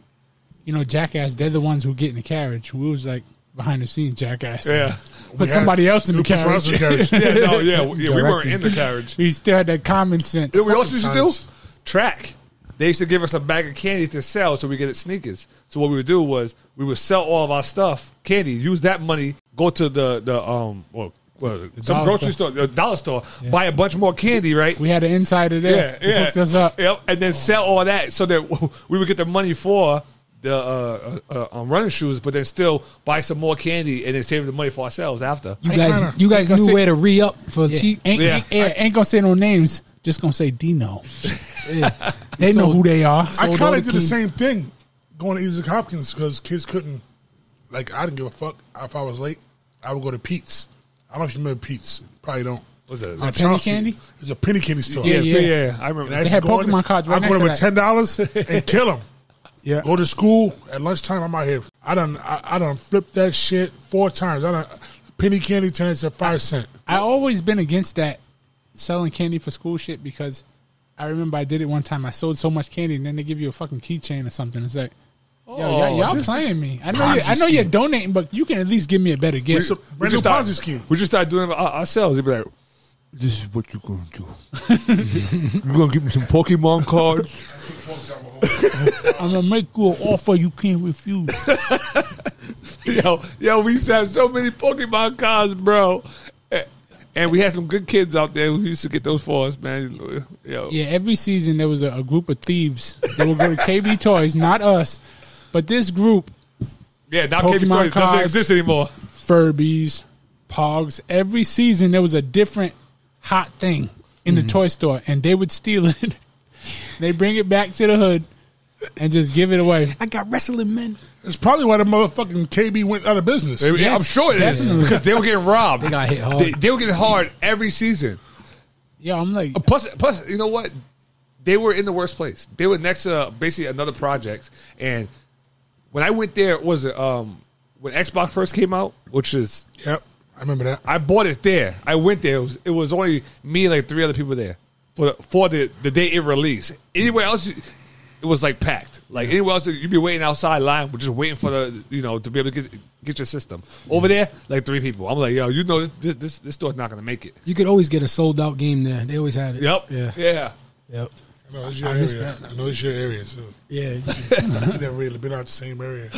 Speaker 3: you know, jackass, they're the ones who get in the carriage. We was like behind the scenes jackass.
Speaker 5: Yeah,
Speaker 3: Put somebody else in the
Speaker 2: Put somebody else in the
Speaker 3: carriage.
Speaker 2: carriage.
Speaker 3: *laughs*
Speaker 5: yeah,
Speaker 2: *laughs*
Speaker 5: no, yeah, yeah. We weren't in the carriage.
Speaker 3: we still had that common sense.
Speaker 5: You know what we also used to do?
Speaker 2: Sometimes.
Speaker 5: Track. They used to give us a bag of candy to sell so we could get sneakers. So what we would do was we would sell all of our stuff, candy, use that money, go to the the um well, well some
Speaker 3: dollar
Speaker 5: grocery store, the dollar store, buy a bunch more candy, right?
Speaker 3: We had an insider there.
Speaker 5: yeah,
Speaker 3: who
Speaker 5: yeah.
Speaker 3: Hooked us up.
Speaker 5: Yep, and then sell all that so that *laughs* we would get the money for the uh, uh, uh, um, running shoes, but then still buy some more candy and then save the money for ourselves after.
Speaker 6: You guys, you guys
Speaker 3: Ain't gonna
Speaker 6: knew
Speaker 3: say-
Speaker 6: where to re up for
Speaker 3: Yeah.
Speaker 6: cheap.
Speaker 3: Ain't,
Speaker 5: Yeah.
Speaker 3: ain't- yeah, ain't gonna say no names. Just gonna say Dino.
Speaker 2: *laughs*
Speaker 3: They know
Speaker 6: So-
Speaker 3: who they are.
Speaker 2: I
Speaker 6: Sold
Speaker 2: kind
Speaker 6: all the
Speaker 2: of did the
Speaker 6: candy.
Speaker 2: same thing going to Isaac Hopkins because kids couldn't. Like, I didn't give a fuck if I was late. I would go to Pete's. I don't know if you remember Pete's. Probably don't.
Speaker 5: What's that?
Speaker 2: On
Speaker 3: penny
Speaker 2: Charles Street.
Speaker 3: candy?
Speaker 2: It's a penny candy store.
Speaker 5: yeah,
Speaker 3: yeah.
Speaker 5: yeah, yeah, I remember.
Speaker 2: And I
Speaker 5: that.
Speaker 2: used
Speaker 3: had
Speaker 2: to go in
Speaker 3: Pokemon
Speaker 2: there.
Speaker 3: cards right
Speaker 2: I'd
Speaker 3: next
Speaker 2: go
Speaker 3: to
Speaker 2: there with ten dollars
Speaker 3: *laughs*
Speaker 2: and kill them.
Speaker 3: Yeah.
Speaker 2: Go to school at lunchtime. I'm out here. I done. I, I done flipped that shit four times. I done penny candy turns at five cent.
Speaker 3: I always been against that selling candy for school shit because I remember I did it one time. I sold so much candy and then they give you a fucking keychain or something. It's like, yo,
Speaker 5: Oh,
Speaker 3: y'all, y'all playing me. I know, you, I know you're donating, but you can at least give me a better gift.
Speaker 2: It's a brand new
Speaker 5: start-
Speaker 2: Ponzi scheme.
Speaker 5: We just started doing it our- ourselves. He'd be like,
Speaker 8: This is what you're gonna do. you're gonna give me some Pokemon cards.
Speaker 3: I'm gonna make you an offer you can't refuse.
Speaker 5: *laughs* yo, yo, we used to have so many Pokemon cards, bro. Eh, And we had some good kids out there who used to get those for us, man. Yo,
Speaker 3: Yeah, every season there was a, a group of thieves that would go to KB Toys, not us, but this group
Speaker 5: yeah, now
Speaker 3: Pokemon
Speaker 5: KB Toys doesn't
Speaker 3: cards.
Speaker 5: exist anymore.
Speaker 3: Furbies, Pogs. Every season there was a different hot thing in
Speaker 6: Mm-hmm.
Speaker 3: the toy store, and they would steal it. they bring it back to the hood and just give it away.
Speaker 6: I got wrestling men.
Speaker 2: It's probably why the motherfucking KB went out of business.
Speaker 5: Yeah, I'm sure it is
Speaker 3: definitely.
Speaker 5: because they were getting robbed.
Speaker 6: They got hit hard.
Speaker 5: They, they were getting hard every season.
Speaker 3: Yeah, I'm like,
Speaker 5: Plus, plus, you know what? They were in the worst place. They were next to uh, basically another project. And when I went there, what was it um when Xbox first came out, which is
Speaker 2: Yep, I remember that.
Speaker 5: I bought it there. I went there. It was, it was only me and like three other people there for the, for the, the day it released. Anywhere else, you- it was like packed. Like anywhere else, you'd be waiting outside line, just waiting for the you know to be able to get get your system. Over there, like three people. I'm like, yo, you know this this this store's not gonna make it.
Speaker 6: You could always get a sold out game there. They always had it.
Speaker 5: Yep.
Speaker 6: Yeah.
Speaker 5: Yeah.
Speaker 6: Yep.
Speaker 2: I know it's your
Speaker 6: I
Speaker 2: area.
Speaker 6: missed
Speaker 2: I know it's your area. So
Speaker 6: Yeah.
Speaker 2: you never really been out the same area.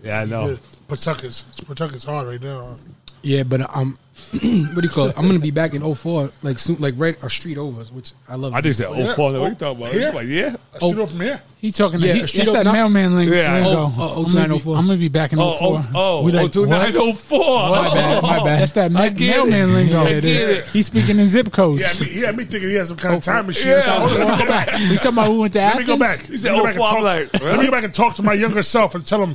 Speaker 5: Yeah. I know.
Speaker 2: Yeah, Pawtucket's Pawtucket's hard right now.
Speaker 6: Yeah, but um, *clears throat* what do you call it? I'm gonna be back in 04, like soon, like right a street over, which I love.
Speaker 5: I just said, oh, fuck, what you talking about?
Speaker 2: Here?
Speaker 5: He's like, yeah.
Speaker 2: I stood up from here.
Speaker 3: he talking. To,
Speaker 6: Yeah,
Speaker 3: he,
Speaker 6: it's
Speaker 3: that's
Speaker 6: still
Speaker 3: that
Speaker 6: not-
Speaker 3: mailman link.
Speaker 5: Yeah, I
Speaker 3: lingo.
Speaker 6: know. Oh, oh,
Speaker 3: I'm, gonna be,
Speaker 6: 0904.
Speaker 3: I'm gonna be back in
Speaker 5: Oh,
Speaker 3: 04.
Speaker 5: oh, oh,
Speaker 3: We like,
Speaker 5: oh, two nine
Speaker 3: what?
Speaker 5: oh four.
Speaker 3: My bad, my bad. That's that ma-
Speaker 5: I get it.
Speaker 3: mailman lingo.
Speaker 5: I get it.
Speaker 3: He's speaking in zip codes.
Speaker 2: Yeah, me, he had me thinking he had some kind of time machine.
Speaker 5: *laughs* Yeah.
Speaker 2: So, hold on, let me go back.
Speaker 3: we *laughs* talking about who went to
Speaker 2: Let me
Speaker 3: Athens?
Speaker 2: go back.
Speaker 5: He said,
Speaker 2: Let me go
Speaker 5: "Oh,
Speaker 2: back and
Speaker 5: fuck,"
Speaker 2: talk-
Speaker 5: like,
Speaker 2: Let me go back and talk to my younger self and tell him,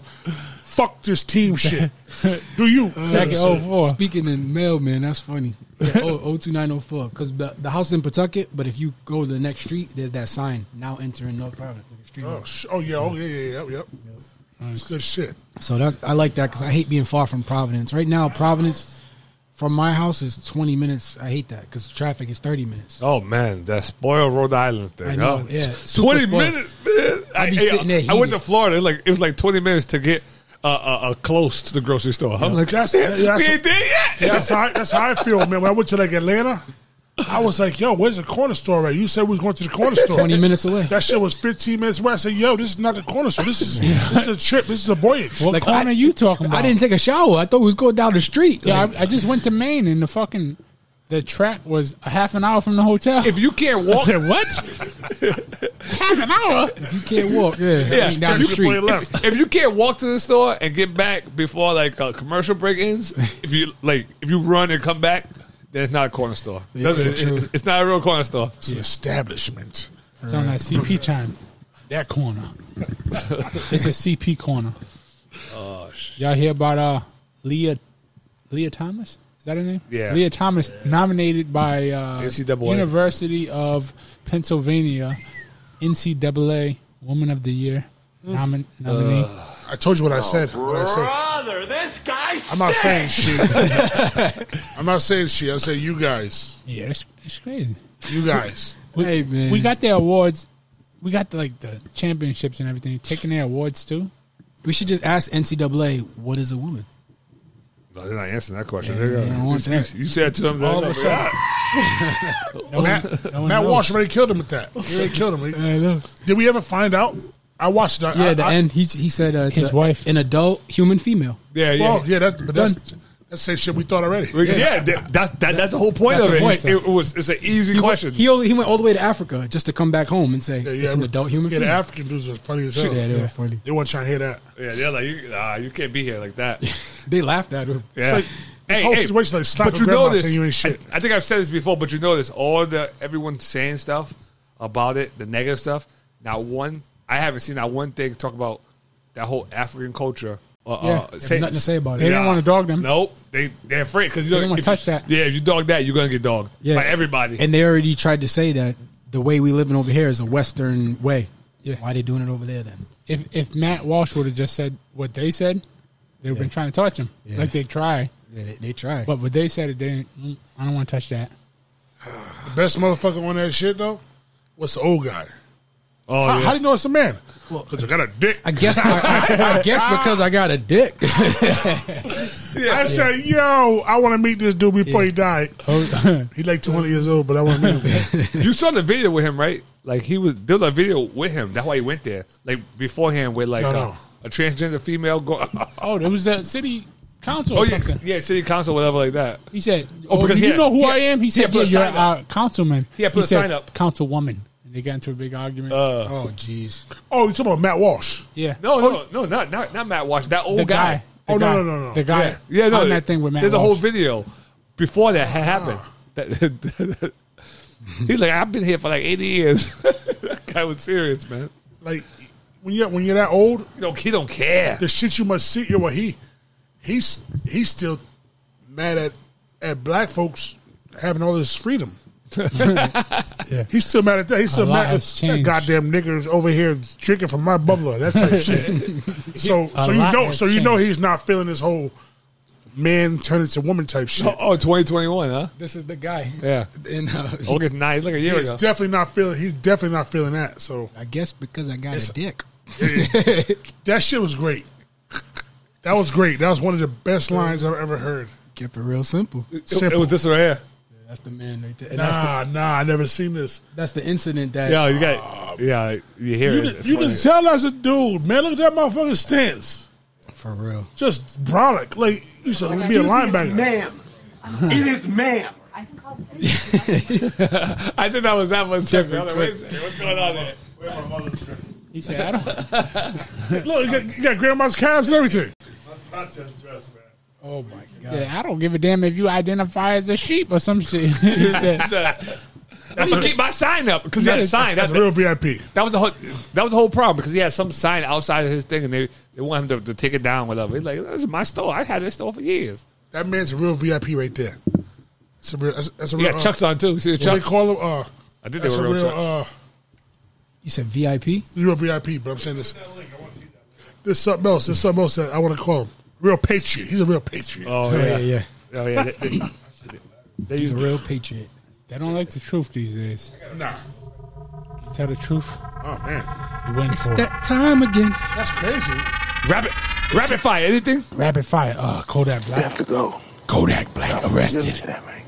Speaker 2: fuck this team shit. Uh, Do you?
Speaker 3: Back in
Speaker 6: oh-
Speaker 3: 04.
Speaker 6: Speaking in mail, man, that's funny. Yeah, oh, 02904. Because the, the house in Pawtucket, but if you go to the next street, there's that sign, now entering North Providence. Like a street
Speaker 2: Oh,
Speaker 6: mark.
Speaker 2: sh- oh yeah, oh yeah, yeah, yeah, yep. It's good shit.
Speaker 6: So that's, I like that because I hate being far from Providence. Right now, Providence from my house is 20 minutes. I hate that because traffic is 30 minutes.
Speaker 5: Oh man, that spoiled Rhode Island thing.
Speaker 6: I know,
Speaker 5: huh?
Speaker 6: yeah.
Speaker 5: twenty
Speaker 6: Super spoiled.
Speaker 5: minutes, man.
Speaker 6: I be
Speaker 5: hey,
Speaker 6: sitting there
Speaker 5: I went
Speaker 6: heated.
Speaker 5: to Florida. It like it was like twenty minutes to get uh, uh, uh close to the grocery store. I'm like,
Speaker 2: That's-
Speaker 5: that's,
Speaker 2: that's-
Speaker 5: we ain't there yet.
Speaker 2: Yeah, that's how I, that's how I feel, man. When I went to like Atlanta, I was like, "Yo, where's the corner store?" At? You said we was going to the corner store.
Speaker 6: 20 minutes away.
Speaker 2: That shit was 15 minutes away. I said, "Yo, this is not the corner store. This is this is a trip. This is a voyage."
Speaker 3: What
Speaker 6: Like,
Speaker 3: corner
Speaker 6: I-
Speaker 3: you talking about?
Speaker 6: I didn't take a shower. I thought we was going down the street.
Speaker 3: Yeah,
Speaker 6: Like,
Speaker 3: I, I just went to Maine and the fucking the track was a half an hour from the
Speaker 6: *laughs*
Speaker 3: hotel.
Speaker 5: If you can't
Speaker 3: I
Speaker 5: walk,
Speaker 3: said what? half an hour?
Speaker 6: you can't walk. Yeah, I mean, down the
Speaker 5: you can
Speaker 6: street.
Speaker 5: play left. if you can't walk to the store and get back before like uh, commercial break ends, if you like, if you run and come back, then it's not a corner store.
Speaker 6: Yeah,
Speaker 5: It- it-
Speaker 6: true.
Speaker 5: it's- it's not a real corner store.
Speaker 2: It's an establishment.
Speaker 3: It's on that CP time. That corner. it's a CP corner. Oh shit! Y'all hear about uh Leah Leah Thomas? Is that her name?
Speaker 5: Yeah.
Speaker 3: Leah Thomas nominated by uh,
Speaker 5: NCAA.
Speaker 3: University of Pennsylvania NCAA Woman of the Year nomin- nominee.
Speaker 2: I told you what I said. What I said.
Speaker 4: Brother, this guy's.
Speaker 2: I'm not saying she.
Speaker 4: *laughs*
Speaker 2: I'm not saying she. I say you guys.
Speaker 3: yeah, it's, it's crazy.
Speaker 2: You
Speaker 5: *laughs*
Speaker 2: guys.
Speaker 6: hey, man.
Speaker 3: We got the awards. We got the, like the championships and everything. Taking their awards too.
Speaker 6: we should just ask NCAA, what is a woman?
Speaker 5: No, they're not answering that question.
Speaker 6: Yeah,
Speaker 5: They got-
Speaker 6: yeah, I
Speaker 5: you-
Speaker 6: want
Speaker 5: you,
Speaker 6: that.
Speaker 5: you said to them,
Speaker 3: All
Speaker 5: they're
Speaker 3: of a
Speaker 5: like, "Ah."
Speaker 2: Matt,
Speaker 3: no one
Speaker 2: Matt
Speaker 3: knows.
Speaker 2: Walsh already killed him with that. He already killed him. He- Did we ever find out? I watched that.
Speaker 6: Yeah,
Speaker 2: I,
Speaker 6: the
Speaker 2: I,
Speaker 6: end. He he said uh, it's
Speaker 3: His
Speaker 6: a-
Speaker 3: wife.
Speaker 6: an adult human female.
Speaker 5: yeah, yeah.
Speaker 2: Well, yeah, that's but that's that's the same shit we thought already.
Speaker 5: yeah, that, that, that, that's the whole point
Speaker 3: That's
Speaker 5: of
Speaker 3: the
Speaker 5: it.
Speaker 3: point.
Speaker 5: It was it's an easy question.
Speaker 6: He only, he went all the way to Africa just to come back home and say
Speaker 2: Yeah,
Speaker 6: it's
Speaker 2: yeah,
Speaker 6: an adult human
Speaker 2: Yeah, the
Speaker 6: female.
Speaker 2: African dudes are funny as hell.
Speaker 6: yeah, they were funny.
Speaker 2: They weren't trying to hear that.
Speaker 5: yeah, they're like, you, nah, you can't be here like that.
Speaker 6: They laughed at him.
Speaker 5: Yeah.
Speaker 2: like- this whole situation like slapping
Speaker 5: but you
Speaker 2: grandma
Speaker 5: know this.
Speaker 2: saying you ain't shit.
Speaker 5: I, I think I've said this before, but you know this. All the everyone saying stuff about it, the negative stuff. Not one. I haven't seen that one thing talk about that whole African culture. Uh,
Speaker 3: Yeah.
Speaker 5: uh,
Speaker 3: They have
Speaker 6: nothing to say about it.
Speaker 3: They didn't wanna dog them.
Speaker 5: Nope, they they're afraid because you
Speaker 3: They
Speaker 5: know,
Speaker 3: didn't wanna
Speaker 5: if-
Speaker 3: touch that.
Speaker 5: Yeah, if you dog that, you're gonna get dogged
Speaker 6: Yeah.
Speaker 5: by everybody.
Speaker 6: And they already tried to say that the way we living over here is a Western way.
Speaker 3: Yeah.
Speaker 6: Why they doing it over there then?
Speaker 3: If if Matt Walsh would have just said what they said, they've been trying to touch him.
Speaker 6: Yeah.
Speaker 3: Like they try,
Speaker 6: Yeah, they, they try.
Speaker 3: but what they said it didn't. mm, I don't want to touch that.
Speaker 2: The best motherfucker on that shit though was the old guy.
Speaker 5: oh,
Speaker 2: how,
Speaker 5: yeah.
Speaker 2: how do you know it's a man? Because I got a dick.
Speaker 6: I guess I, I guess because I got a dick.
Speaker 2: I said, yo, I want to meet this dude before he died. He like 20 years old, but I want to meet
Speaker 5: *laughs*
Speaker 2: him.
Speaker 5: You saw the video with him, right? Like he was there was a video with him. That's why he went there. Like beforehand, with like
Speaker 2: No,
Speaker 5: a,
Speaker 2: no.
Speaker 5: a transgender female. Go- *laughs*
Speaker 3: oh, there was the city council
Speaker 5: oh
Speaker 3: or
Speaker 5: yeah,
Speaker 3: something.
Speaker 5: yeah, city council, whatever, like that.
Speaker 3: He said, "Oh,
Speaker 5: because
Speaker 3: do
Speaker 5: he
Speaker 3: you
Speaker 5: had-
Speaker 3: know who
Speaker 5: he
Speaker 3: I
Speaker 5: had-
Speaker 3: am." He
Speaker 5: he had
Speaker 3: said,
Speaker 5: put
Speaker 3: "Yeah,
Speaker 5: a
Speaker 3: you're
Speaker 5: sign up.
Speaker 3: uh, councilman."
Speaker 5: He had put a
Speaker 3: said,
Speaker 5: sign up. Uh,
Speaker 3: "Councilwoman," and they got into a big argument.
Speaker 6: oh jeez.
Speaker 2: Oh, you talking about Matt Walsh?
Speaker 3: yeah,
Speaker 5: No, no, no, not not not Matt Watch. That old
Speaker 3: the
Speaker 5: guy.
Speaker 3: guy.
Speaker 2: Oh,
Speaker 3: the
Speaker 2: no,
Speaker 3: guy,
Speaker 2: no, no, no.
Speaker 3: The guy.
Speaker 5: Yeah, no.
Speaker 3: on that thing with Matt.
Speaker 5: There's a whole
Speaker 3: Walsh.
Speaker 5: video before that had happened. That- He's like, I've been here for like 80 years. *laughs* that guy was serious, man.
Speaker 2: Like when you're when you're that old,
Speaker 5: You know, he don't care.
Speaker 2: the shit you must see. Well, he he's he's still mad at at black folks having all this freedom.
Speaker 3: *laughs* Yeah.
Speaker 2: He's still mad at that. He's still
Speaker 3: lot
Speaker 2: mad at
Speaker 3: has
Speaker 2: that
Speaker 3: changed.
Speaker 2: goddamn niggers over here drinking from my bubbler. That type of
Speaker 3: *laughs*
Speaker 2: shit. So
Speaker 3: A
Speaker 2: so you
Speaker 3: lot
Speaker 2: know
Speaker 3: has
Speaker 2: so you know
Speaker 3: changed.
Speaker 2: he's not feeling this whole man turning to woman type shit.
Speaker 5: Oh, oh, 2021, huh?
Speaker 6: *laughs* This is the guy.
Speaker 5: Yeah.
Speaker 6: And uh, he-
Speaker 5: August 9th, like a year
Speaker 2: He's
Speaker 5: ago.
Speaker 2: definitely not feeling. He's definitely not feeling that. So
Speaker 6: I guess because I got a dick.
Speaker 2: that shit was great. That was great. That was one of the best lines I've ever heard.
Speaker 6: Kept it real simple.
Speaker 5: It- it, was this right here.
Speaker 6: That's the man right there. And that's the
Speaker 2: Nah, nah, I never seen this.
Speaker 6: that's the incident that
Speaker 5: Yeah, you got. Yeah, you hear
Speaker 2: You
Speaker 5: it.
Speaker 2: can,
Speaker 5: It's
Speaker 2: you can
Speaker 5: funny.
Speaker 2: tell that's a dude, man. Look at that motherfucking stance.
Speaker 6: for real.
Speaker 2: Just brolic. Like, you should be a linebacker.
Speaker 4: Ma'am. It is ma'am.
Speaker 5: I think that was that one. second. I
Speaker 6: Different
Speaker 5: was like, Wait a second, what's going on there?
Speaker 3: He said, "I
Speaker 5: *laughs*
Speaker 3: don't."
Speaker 2: Look, you got, you got grandma's calves and everything.
Speaker 6: Oh my
Speaker 3: *laughs*
Speaker 6: god.
Speaker 3: Yeah, I don't give a damn if you identify as a sheep or some shit. he said,
Speaker 5: That I'm gonna keep my sign up because he had a
Speaker 2: That's,
Speaker 5: sign.
Speaker 2: that's
Speaker 5: That,
Speaker 2: real VIP.
Speaker 5: that was the whole that was the whole problem because he had some sign outside of his thing and they, they wanted him to, to take it down whatever. He's like, "This is my store. I had this store for years."
Speaker 2: That man's a real VIP right there. It's a real. That's, that's a
Speaker 5: He
Speaker 2: real.
Speaker 5: got Chucks on too. See the
Speaker 2: Uh, what they
Speaker 5: Chucks?
Speaker 2: call him? Uh,
Speaker 5: I think they
Speaker 2: that's
Speaker 5: were
Speaker 2: a
Speaker 5: real,
Speaker 2: real.
Speaker 5: Chucks.
Speaker 2: Uh,
Speaker 6: You said VIP?
Speaker 2: you're a VIP, but I'm saying this. There's something else. There's something else that I want to call him. Real patriot. He's a real patriot.
Speaker 5: oh yeah,
Speaker 6: yeah, yeah. yeah.
Speaker 5: oh yeah. They,
Speaker 2: *laughs*
Speaker 5: they, they
Speaker 6: He's
Speaker 5: used
Speaker 6: a real patriot.
Speaker 3: They don't like the truth these days.
Speaker 2: Nah.
Speaker 3: You tell the truth,
Speaker 2: Oh man,
Speaker 3: you win
Speaker 6: It's
Speaker 3: for it.
Speaker 6: that time again.
Speaker 2: that's crazy.
Speaker 5: rapid rapid fire. Anything?
Speaker 3: Rapid fire. Uh, Kodak
Speaker 9: I
Speaker 3: Black.
Speaker 9: have to go.
Speaker 3: Kodak Black
Speaker 9: You
Speaker 3: arrested.
Speaker 9: understand, right?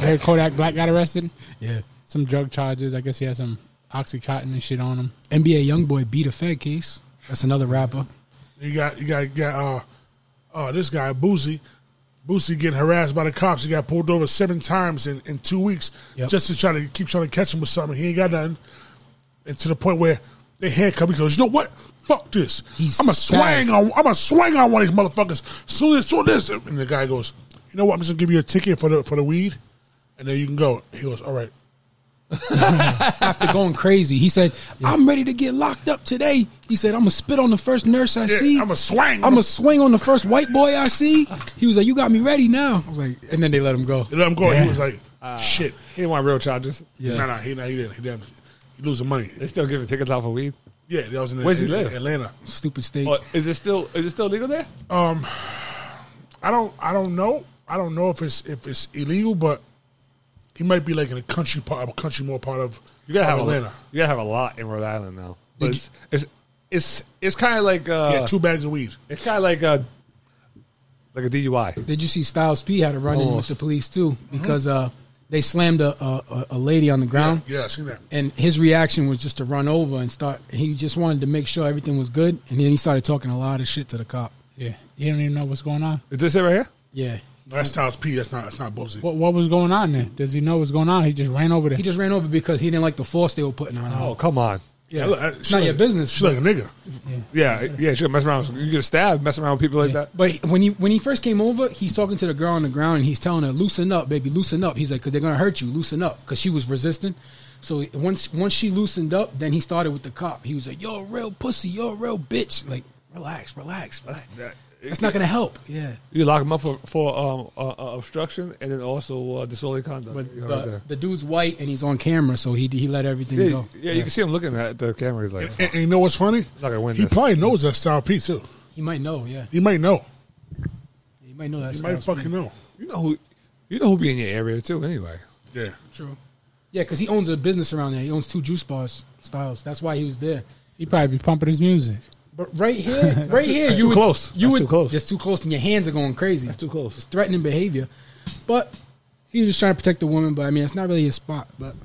Speaker 3: I heard Kodak Black got arrested.
Speaker 6: Yeah.
Speaker 3: Some drug charges. I guess he had some Oxycontin and shit on him.
Speaker 6: NBA YoungBoy beat a Fed case. That's another rapper.
Speaker 2: You got you got you got uh, uh this guy Boozy, Boozy getting harassed by the cops. He got pulled over seven times in, in two weeks
Speaker 6: Yep.
Speaker 2: just to try to keep trying to catch him with something. He ain't got nothing, and to the point where they handcuff. him. He goes, you know what? Fuck this.
Speaker 6: He's
Speaker 2: I'm a swang on.
Speaker 6: spazzed.
Speaker 2: I'm a swang on one of these motherfuckers. Soon as soon as and the guy goes, you know what? I'm just gonna give you a ticket for the for the weed, and then you can go. He goes, all right.
Speaker 6: After going crazy, he said, I'm ready to get locked up today. He said, I'm going to spit on the first nurse I
Speaker 2: Yeah,
Speaker 6: see.
Speaker 2: I'm a swang.
Speaker 6: I'm going to swing on the first white boy I see. He was like, You got me ready now. I was like, And then they let him go.
Speaker 2: They let him go. He was like,
Speaker 6: Uh,
Speaker 2: shit.
Speaker 5: He didn't want real charges.
Speaker 6: Yeah.
Speaker 2: No, no, he, no, he didn't. He didn't. He losing money.
Speaker 5: They still giving tickets out for weed.
Speaker 2: Yeah, that was in
Speaker 5: Where's he
Speaker 2: in-
Speaker 5: live?
Speaker 2: Atlanta.
Speaker 6: Stupid state.
Speaker 5: Or is it still is it still legal there?
Speaker 2: Um, I don't, I don't know. I don't know if it's if it's illegal, but he might be like in a country part, a country more part of
Speaker 5: You gotta
Speaker 2: of
Speaker 5: have
Speaker 2: Atlanta.
Speaker 5: A, you gotta have a lot in Rhode Island now. But it's, it's it's it's kind of like uh,
Speaker 2: yeah, two bags of weed.
Speaker 5: it's kind of like a like a DUI.
Speaker 6: Did you see Styles P had a run in with
Speaker 5: Almost.
Speaker 6: the police too because uh, they slammed a, a, a- a lady on the ground
Speaker 2: Yeah, I seen that.
Speaker 6: and his reaction was just to run over and start. He just wanted to make sure everything was good and then he started talking a lot of shit to the cop.
Speaker 3: Yeah. You don't even know what's going on.
Speaker 5: Is this it right here?
Speaker 6: Yeah,
Speaker 2: That's Styles P. That's not that's not Boosie.
Speaker 3: What What was going on there? Does he know what's going on? He just ran over there.
Speaker 6: he just ran over because he didn't like the force they were putting on him.
Speaker 5: Oh come on.
Speaker 6: yeah,
Speaker 2: look, I-
Speaker 6: it's
Speaker 2: she
Speaker 6: not
Speaker 2: like-
Speaker 6: your business.
Speaker 2: She like a nigga.
Speaker 5: Yeah, yeah. Sure, mess around. You get stabbed. Mess around with people like that.
Speaker 6: But when he when he first came over, he's talking to the girl on the ground and he's telling her, "Loosen up, baby, loosen up." He's like, "Cause they're gonna hurt you, loosen up." Because she was resisting. So once once she loosened up, then he started with the cop. He was like, "Yo, real pussy, yo, real bitch." Like, relax, relax, relax.
Speaker 5: That-
Speaker 6: That's not gonna help. Yeah.
Speaker 5: You lock them up for, for um, uh, uh, obstruction and then also uh, disorderly conduct.
Speaker 6: But
Speaker 5: You know, right
Speaker 6: the,
Speaker 5: there.
Speaker 6: the dude's white and he's on camera, so he he let everything
Speaker 5: yeah,
Speaker 6: go.
Speaker 5: yeah, you can see him looking at the camera. He's like,
Speaker 2: And, and you know what's funny?
Speaker 5: not gonna win
Speaker 2: He
Speaker 5: this.
Speaker 2: probably knows that's Styles P. Too.
Speaker 6: He might know. Yeah,
Speaker 2: He might know.
Speaker 6: he might know that.
Speaker 2: He might fucking know.
Speaker 5: you know who, you know who be in your area too. Anyway,
Speaker 2: Yeah.
Speaker 6: true. Yeah, because he owns a business around there. He owns two juice bars, Styles. That's why he was there.
Speaker 3: he probably be pumping his music.
Speaker 6: But right here, right
Speaker 5: *laughs*
Speaker 6: here,
Speaker 5: that's
Speaker 6: you
Speaker 5: too
Speaker 6: would,
Speaker 5: close.
Speaker 6: You
Speaker 5: That's
Speaker 6: would,
Speaker 5: too close.
Speaker 6: That's too close, and your hands are going crazy.
Speaker 5: too close.
Speaker 6: It's threatening behavior. But he was just trying to protect the woman. But I mean, it's not really his spot. But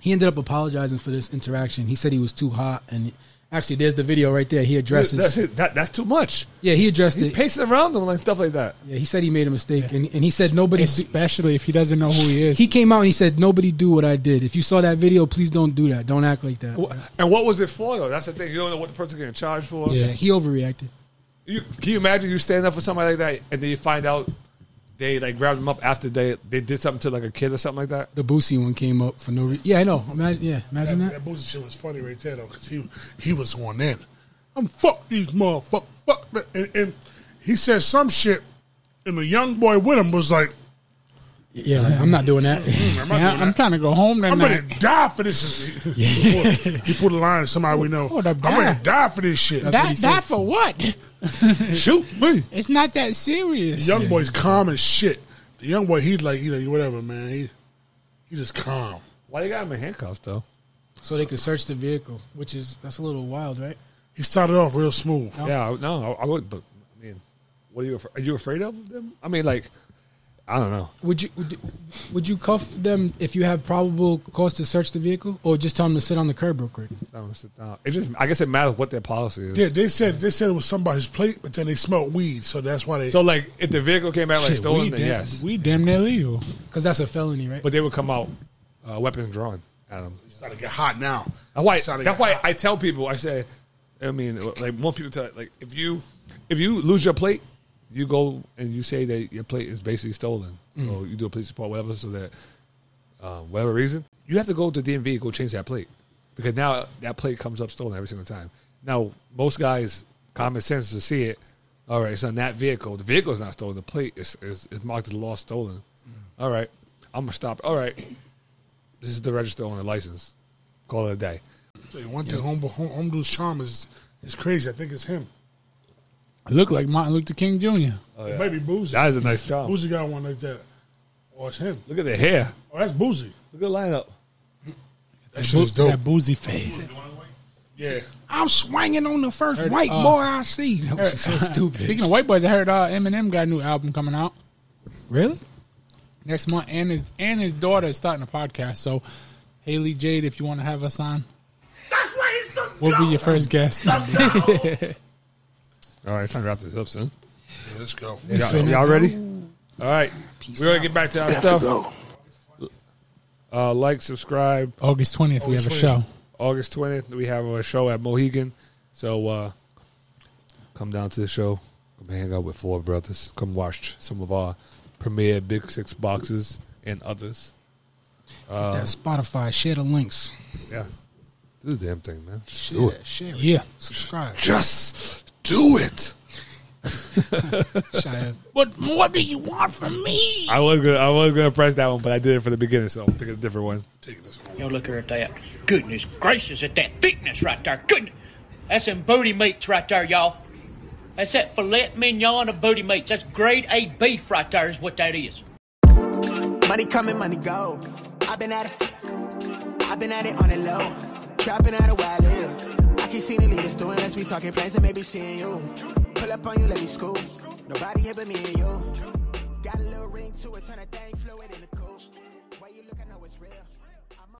Speaker 6: he ended up apologizing for this interaction. He said he was too hot, and actually, there's the video right there. He addresses.
Speaker 5: That's it. That, that's too much.
Speaker 6: Yeah, he addressed
Speaker 5: He
Speaker 6: it.
Speaker 5: paces around them like stuff like that.
Speaker 6: yeah, he said he made a mistake, and, and he said nobody.
Speaker 3: Especially if he doesn't know who he is.
Speaker 6: he came out and he said nobody do what I did. If you saw that video, please don't do that. Don't act like that.
Speaker 5: Wha- And what was it for though? That's the thing. You don't know what the person getting charged for.
Speaker 6: Yeah, he overreacted.
Speaker 5: You, can you imagine you stand up for somebody like that, and then you find out they like grabbed them up after they they did something to like a kid or something like that?
Speaker 6: The Boosie one came up for no reason. Yeah, I know. Imagine, yeah, imagine
Speaker 2: That,
Speaker 6: that.
Speaker 2: that Boosie shit was funny right there though, because he he was going in. I'm fuck these motherfuckers. Fuck that. and, and he said some shit, and the young boy with him was like,
Speaker 6: Yeah, like, I'm not doing that.
Speaker 2: "I'm, not
Speaker 3: Yeah,
Speaker 2: doing
Speaker 3: I'm
Speaker 2: that.
Speaker 3: trying to go home
Speaker 2: I'm
Speaker 3: tonight.
Speaker 2: ready to die for this."
Speaker 3: *laughs*
Speaker 2: he, put, he put a line to somebody we know.
Speaker 3: Oh, the
Speaker 2: I'm ready to die for this shit.
Speaker 3: That, that for what?
Speaker 2: Shoot me.
Speaker 3: It's not that serious.
Speaker 2: Young boy's calm as shit. The young boy, he's like, you know, whatever, man. He he just calm.
Speaker 5: Why they got him in handcuffs though?
Speaker 6: *laughs* so they could search the vehicle, which is that's a little wild, right?
Speaker 2: He started off real smooth.
Speaker 3: Oh.
Speaker 5: Yeah, I- no, I, I wouldn't. But I mean, what are you? af- Are you afraid of them? I mean, like, I don't know.
Speaker 6: Would you would, would you cuff them if you have probable cause to search the vehicle, or just tell them to sit on the curb real quick?
Speaker 5: Tell 'em to sit down. It just, I guess, it matters what their policy is.
Speaker 2: Yeah, they said they said it was somebody's plate, but then they smelled weed, so that's why they.
Speaker 5: So, like, if the vehicle came out like
Speaker 3: Shit,
Speaker 5: stolen,
Speaker 3: we
Speaker 5: then
Speaker 3: damn-
Speaker 5: yes,
Speaker 3: We damn near legal.
Speaker 6: Because that's a felony, right?
Speaker 5: but they would come out uh, weapons drawn at them.
Speaker 2: started to get hot now.
Speaker 5: That's why.
Speaker 2: It's starting to
Speaker 5: That's
Speaker 2: get
Speaker 5: why I tell people. I say, I mean, like, more people tell like, if you if you lose your plate, you go and you say that your plate is basically stolen. So you do a police report, whatever, so that uh, whatever reason, you have to go to DMV and go change that plate because now that plate comes up stolen every single time. Now most guys common sense to see it. All right, it's on that vehicle. The vehicle is not stolen. The plate is, is, is marked as lost stolen. All right, I'm gonna stop. All right, this is the register on the license. Call it a day.
Speaker 10: Tell you one thing, home, home, home dude's charm is is crazy. I think it's him.
Speaker 3: It looked like Martin Luther King Jr.
Speaker 10: It might be Boozy.
Speaker 5: That is a nice job.
Speaker 10: Boozy got one like that. Or it's him.
Speaker 5: Look at the hair.
Speaker 10: Oh, that's Boozy.
Speaker 5: Look at the lineup.
Speaker 10: That shit is dope.
Speaker 3: That boozy face.
Speaker 10: Yeah.
Speaker 6: I'm swinging on the first
Speaker 3: Heard,
Speaker 6: white
Speaker 3: uh,
Speaker 6: boy I see. That was so
Speaker 3: Speaking
Speaker 6: stupid.
Speaker 3: of white boys, I heard uh, Eminem got a new album coming out
Speaker 6: Really?
Speaker 3: next month, and his and his daughter is starting a podcast. So, Haley Jade, if you want to have us on,
Speaker 4: That's why he's the
Speaker 3: we'll be your first guest.
Speaker 5: All right, it's time to wrap this up, son.
Speaker 10: Yeah, let's go.
Speaker 5: Y'all, y'all ready? All right, we're gonna get back to our stuff.
Speaker 7: Go.
Speaker 5: Uh, like, subscribe.
Speaker 3: August twentieth, we have a show.
Speaker 5: August twentieth, we have a show at Mohegan. So uh, come down to the show. Come hang out with four brothers. Come watch some of our premiere Big Six boxes and others.
Speaker 6: that Spotify. Share the links.
Speaker 5: Yeah, do the damn thing, man. Just
Speaker 6: Share
Speaker 5: do it.
Speaker 6: that. Share it.
Speaker 3: Yeah.
Speaker 6: Subscribe.
Speaker 5: Just do it.
Speaker 3: *laughs*
Speaker 6: Shia.
Speaker 3: What more do you want from me?
Speaker 5: I was gonna, I was gonna press that one, but I did it for the beginning, so I'll pick a different one.
Speaker 10: Taking this home.
Speaker 11: Now look here at that. Goodness gracious, at that thickness right there. Good. That's some booty meats right there, y'all. That's that filet mignon of booty meats. That's grade A beef right there, is what that is.
Speaker 12: Money coming, money go. I've been at it. I've been at it on the low. Trapping out a while yeah. I keep seeing the leaders doing us. We talking plans and maybe seeing you. Pull up on you, let me scoop. Nobody here but me and you.